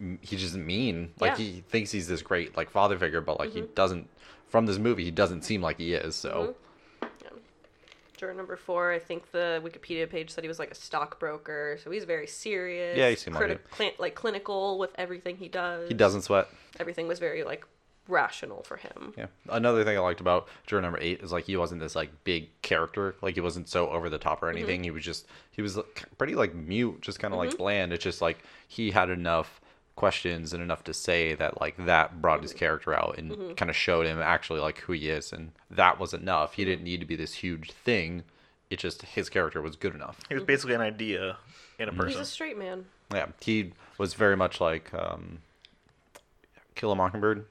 A: m- he's just mean. Like
B: Yeah.
A: he thinks he's this great like father figure, but like he doesn't. From this movie, he doesn't seem like he is. So
B: Juror number four, I think the Wikipedia page said he was like a stockbroker, so he's very serious.
A: Yeah, he seemed like it.
B: cli- like clinical with everything he does.
A: he doesn't sweat.
B: Everything was very like rational for him.
A: Yeah. Another thing I liked about juror number eight is like he wasn't this like big character. Like he wasn't so over the top or anything. He was just he was like, pretty like mute, just kind of like bland. It's just like he had enough questions and enough to say that like that brought his character out and kind of showed him actually like who he is, and that was enough. He didn't need to be this huge thing. It just his character was good enough.
C: He was basically an idea in a
B: Mm-hmm. He's
C: person.
B: a straight man.
A: Yeah, he was very much like um, Kill a Mockingbird.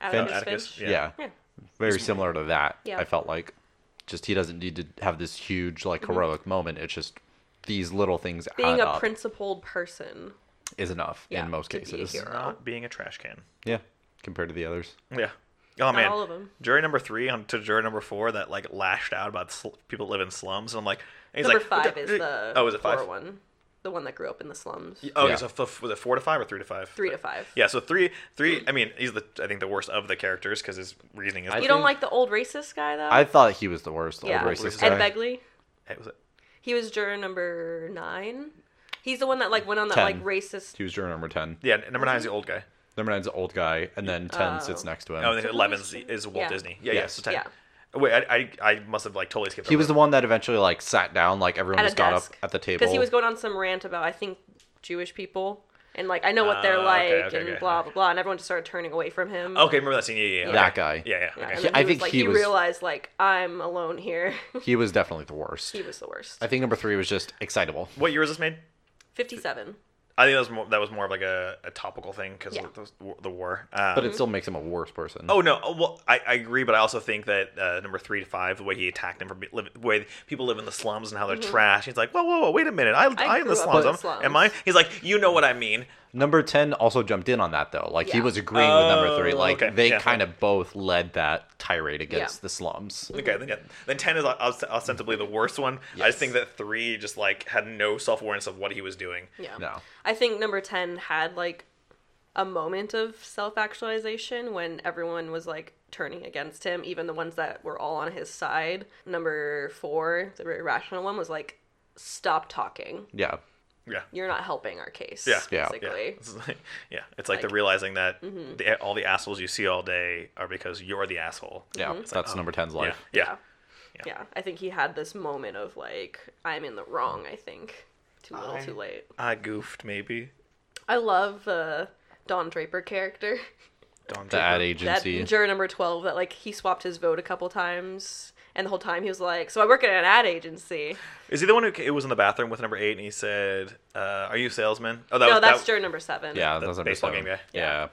B: Adam
A: Fin-
B: Finch.
C: Atticus,
B: Yeah.
C: yeah.
B: yeah.
A: very similar to that.
B: Yeah.
A: I felt like just he doesn't need to have this huge like heroic moment. It's just these little things
B: Mm-hmm. Being
A: add
B: a
A: up
B: principled person.
A: is enough
B: Yeah,
A: in most
B: to be a
A: cases.
B: hero.
C: Not being a trash can.
A: Yeah, compared to the others.
C: Yeah. Oh man,
B: all of 'em.
C: Jury number three on to jury number four that like lashed out about sl- people that live in slums, and I'm like, and he's
B: Number
C: like,
B: five
C: "What
B: is the
C: oh, is it five?
B: poor one, the one that grew up in the slums.
C: Oh,
A: Yeah.
C: so f- was it four to five or three to five?
B: Three to five.
C: Yeah, so three, three. I mean, he's the I think the worst of the characters because his reasoning is.
A: I
B: You
C: the-
B: don't
A: think-
B: like the old racist guy though.
A: I thought he was the worst. The
B: yeah,
A: old racist
B: Ed
A: guy.
B: Begley.
C: Hey, was it-
B: He was juror number nine. He's the one that like went on that
A: Ten.
B: like racist.
A: He was juror number ten.
C: Yeah, number nine is the old guy.
A: Number nine's an old guy, and then ten
B: Oh.
A: sits next to him.
C: Oh, and then
B: Is it
C: eleven
B: Walt
C: is,
B: Disney?
C: is Walt
B: Yeah.
C: Disney. Yeah, yeah.
A: Um, Yeah.
C: so ten.
B: Yeah.
C: Wait, I, I I must have like totally skipped.
A: he
C: over
A: was the
C: it.
A: one that eventually like sat down. Like everyone
B: At a
A: just got up
B: desk.
A: at the table.
B: Because he was going on some rant about I think Jewish people and like I know what they're
C: Ah,
B: like
C: okay, okay,
B: and
C: okay.
B: blah blah blah and everyone just started turning away from him.
C: Okay, remember that scene? Yeah, yeah, yeah.
A: That
C: okay.
A: guy.
C: Yeah, yeah.
B: Yeah,
C: Okay.
B: and
A: Oh, He-
B: then
A: I
B: he was,
A: think
B: like,
A: he
B: he
A: was-
B: realized like I'm alone here. *laughs*
A: He was definitely the worst.
B: he was the worst.
A: I think number three was just excitable.
C: What year was this made?
B: Fifty-seven.
C: I think that was more, that was more of like a, a topical thing because
B: Yeah.
C: the, the war. Um,
B: Mm-hmm.
A: But it still makes him a worse person.
C: Oh no! Oh, Well, I, I agree, but I also think that uh, number three to five, the way he attacked them, for be- live, the way people live in the slums and how they're trash. He's like, whoa, whoa, whoa, wait a minute! I, I, am
B: Mm-hmm. grew
C: the
B: up
C: slums.
B: in
C: I'm-
B: slums." Mm-hmm.
C: Am I? He's like, you know what I mean?
A: Number ten also jumped in on that though. Like he
B: Yeah.
A: was agreeing with number three.
C: Oh,
A: Like
C: okay.
A: they
C: Yeah.
A: kind of both led that tirade against
B: Yeah.
A: the slums.
C: Okay, then yeah, then ten is ost- ostensibly the worst one. I just
A: Yes.
C: think that three just like had no self awareness of what he was doing.
B: Yeah.
A: No.
B: I think number 10 had like a moment of self actualization when everyone was like turning against him, even the ones that were all on his side. Number four, the very rational one, was like, stop talking.
A: Yeah.
C: Yeah.
B: You're not helping our case.
C: Yeah.
A: Yeah.
C: Yeah.
B: Basically.
C: It's like, yeah, it's like, the realizing that the, all the assholes you see all day are because you're the asshole.
A: Yeah.
B: mm-hmm.
A: That's number 10's
C: Yeah,
A: life.
C: yeah.
B: Yeah. I think he had this moment of like, I'm in the wrong, I think. Too little,
C: I-
B: too late.
C: I goofed maybe.
B: I love uh, Don Draper character.
C: Don
A: The ad agency.
B: That juror number twelve that like he swapped his vote a couple times, and the whole time he was like, "So I work at an ad agency."
C: Is he the one who it was in the bathroom with number eight and he said, uh, "Are you a salesman?" Oh, that
B: no,
C: was,
B: that's
C: that,
B: juror number seven.
A: yeah.
C: the
A: That's number
C: baseball
A: seven.
C: game guy.
A: Yeah.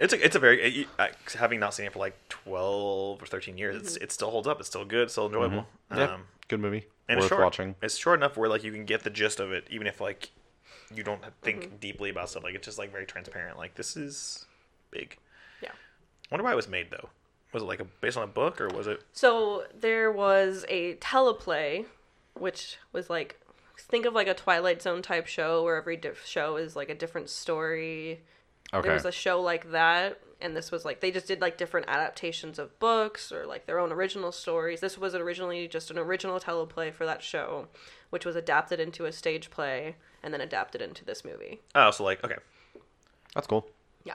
C: It's a, it's a very it- I, having not seen it for like twelve or thirteen years. It's, it still holds up. It's still good. It's still enjoyable.
A: Mm-hmm. Yeah.
C: Um,
A: Good movie.
C: and
A: Worth
C: it's short.
A: watching.
C: It's short enough where like you can get the gist of it, even if like you don't think
B: Mm-hmm.
C: deeply about stuff. Like it's just like very transparent. Like this is big.
B: Yeah.
C: I wonder why it was made though. Was it like a, based on a book or was it?
B: So there was a teleplay, which was like, think of like a Twilight Zone type show where every diff- show is like a different story.
A: Okay.
B: There was a show like that, and this was like they just did like different adaptations of books or like their own original stories. This was originally just an original teleplay for that show, which was adapted into a stage play and then adapted into this movie.
C: Oh, so like okay.
A: That's cool.
B: Yeah.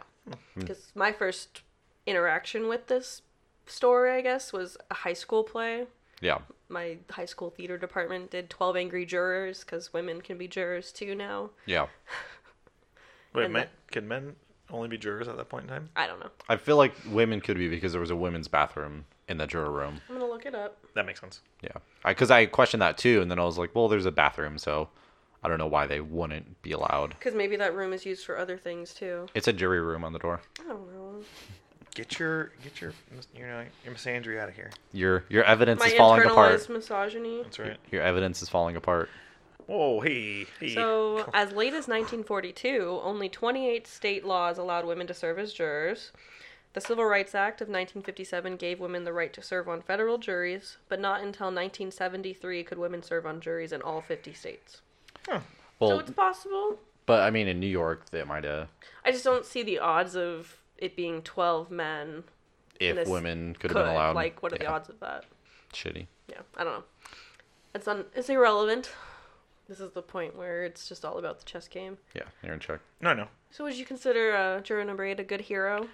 B: Because my first interaction with this story, I guess, was a high school play.
A: Yeah.
B: My high school theater department did 12 Angry Jurors because women can be jurors too now.
A: Yeah.
C: Wait,
B: And
C: men, can men only be jurors at that point in time?
B: I don't know.
A: I feel like women could be because there was a women's bathroom in the juror room.
B: I'm going to look it up.
C: That makes sense.
A: Yeah. Because I, questioned that too. And then I was like, well, there's a bathroom. So I don't know why they wouldn't be allowed.
B: Because maybe that room is used for other things too.
A: It's a jury room on the door.
B: I don't know.
C: Get your get your Miss- you know your Miss Andrew out of here.
A: Your your evidence
B: My
A: is falling
B: internalized
A: apart.
B: misogyny.
C: That's right.
A: Your evidence is falling apart.
C: Whoa, hey, hey.
B: So, as late as 1942, only 28 state laws allowed women to serve as jurors. The Civil Rights Act of 1957 gave women the right to serve on federal juries, but not until 1973 could women serve on juries in all 50 states. so,
A: Well,
B: it's possible.
A: but I mean, in New York, they might have.
B: I just don't see the odds of it being 12 men
A: If
B: This
A: women could
B: could.
A: have been allowed.
B: Like, what are the
A: Yeah.
B: odds of that?
A: Shitty.
B: Yeah, I don't know. It's, un- it's irrelevant. This is the point where it's just all about the chess game.
A: Yeah. You're in check.
C: no, no.
B: So, would you consider uh, juror number eight a good hero?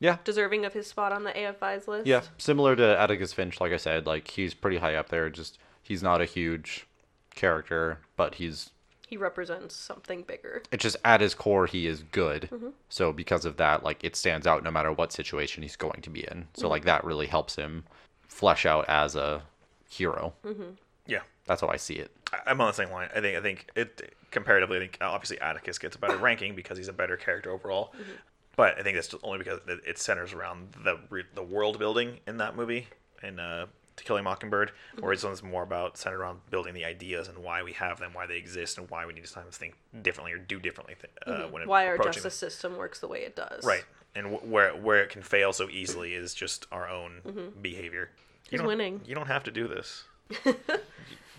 A: Yeah.
B: deserving of his spot on the AFI's list.
A: Yeah. Similar to Atticus Finch, like I said, like he's pretty high up there. Just he's not a huge character, but he's
B: He represents something bigger.
A: it's just at his core he is good
B: Mm-hmm.
A: so because of that like it stands out no matter what situation he's going to be in
B: Mm-hmm.
A: so like that really helps him flesh out as a hero
B: Mm-hmm.
C: Yeah,
A: that's how i see it
C: I, I'm on the same line. I think I think it comparatively. I think uh, obviously Atticus gets a
B: *coughs*
C: better ranking because he's a better character overall.
B: Mm-hmm.
C: But I think that's just only because it, it centers around the re- the world building in that movie. And uh, To Kill a Mockingbird,
B: Mm-hmm.
C: whereas this one's more about centered around building the ideas and why we have them, why they exist, and why we need to sometimes think differently or do differently th- uh, when
B: Mm-hmm. Why our
C: approaching
B: justice system works the way it does.
C: Right, and wh- where where it can fail so easily is just our own behavior. You
B: Mm-hmm. He's
C: don't-
B: winning.
C: You don't have to do this.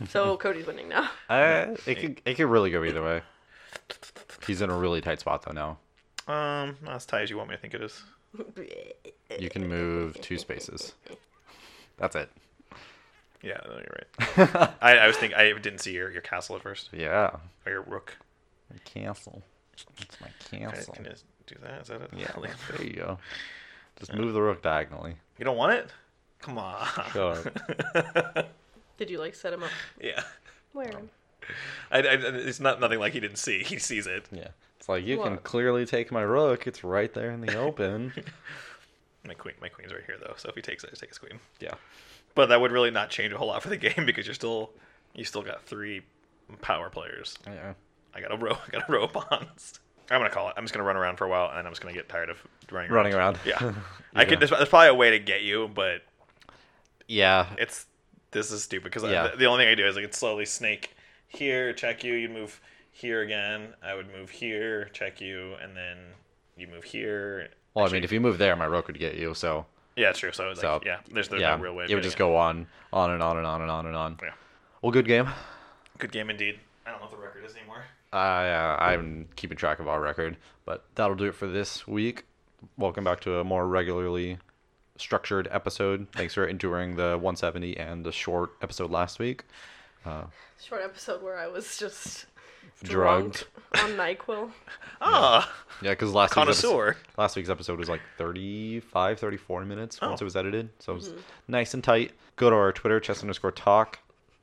B: So *laughs* Cody's winning now.
A: Uh, it could it could really go either way. He's in a really tight spot though now.
C: Um, not as tight as you want me to think it is.
A: You can move two spaces. That's it.
C: Yeah, no, you're
A: *laughs*
C: right. I, I was thinking I didn't see your, your castle at first
A: Yeah.
C: or your rook.
A: My castle. That's my
C: Can I,
A: castle.
C: can I do that? Is that it?
A: Yeah, there you go. Just move the rook diagonally.
C: You don't want it? Come on.
A: Sure.
B: Did you like set him up?
C: *laughs*
B: Um,
C: Yeah.
B: Where?
C: I, I, it's not nothing like he didn't see. He sees it.
A: Yeah. It's like you can
B: What?
A: clearly take my rook. It's right there in the
C: *laughs*
A: open.
C: My queen, my queen's right here though. So if he takes it, just take his queen.
A: yeah.
C: But that would really not change a whole lot for the *laughs* game because you're still, you still got three power players.
A: Yeah.
C: I got a row. I got a row of pawns. *laughs* I'm gonna call it. I'm just gonna run around for a while, and then I'm just gonna get tired of running. around.
A: Running around.
C: Yeah,
A: *laughs*
C: I could. There's, there's probably a way to get you, but
A: Yeah.
C: it's this is stupid because
A: Yeah.
C: the, the only thing I do is I could slowly snake here, check you. You'd move here again. I would move here, check you, and then you move here.
A: Well, I mean, if you move there, my rook would get you. So,
C: Yeah, it's true. So, it's
A: so
C: like, yeah, there's, there's
A: yeah,
C: no real way. of
A: it would
C: getting
A: just go on, on and on and on and on and on.
C: Yeah,
A: Well, good game.
C: good game indeed. I don't know what the record is anymore.
A: I uh, I'm keeping track of our record, but that'll do it for this week. Welcome back to a more regularly structured episode. Thanks for enduring the 170 and the short episode last week.
B: Short episode where I was just
A: Drugged.
B: drugged on NyQuil.
C: Ah,
A: Yeah, because last Week's
C: connoisseur.
A: episode, last week's episode was like 35, 34 minutes once it
C: Oh.
A: was edited, so it
B: Mm-hmm.
A: was nice and tight. Go to our Twitter chess underscore talk.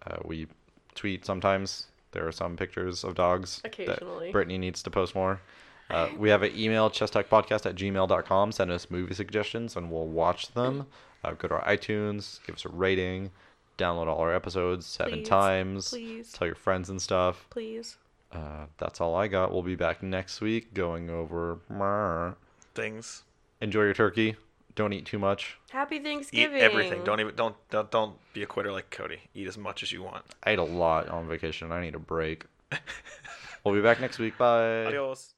A: Uh, we tweet sometimes. There are some pictures of dogs. that
B: Occasionally.
A: Brittany needs to post more. Uh, we have an email, chesstalkpodcast at gmail.com. Send us movie suggestions and we'll watch them. Uh, go to our iTunes, give us a rating, download all our episodes seven
B: Please.
A: times,
B: Please.
A: tell your friends and stuff.
B: Please.
A: Uh, that's all I got. We'll be back next week going over.
C: Things.
A: Enjoy your turkey. Don't eat too much.
B: Happy
C: Eat
B: Thanksgiving.
C: everything. Don't even don't don't don't be a quitter like Cody. Eat as much as you want.
A: I ate a lot on vacation. I need a break. we'll be back next week. Bye.
C: Adios.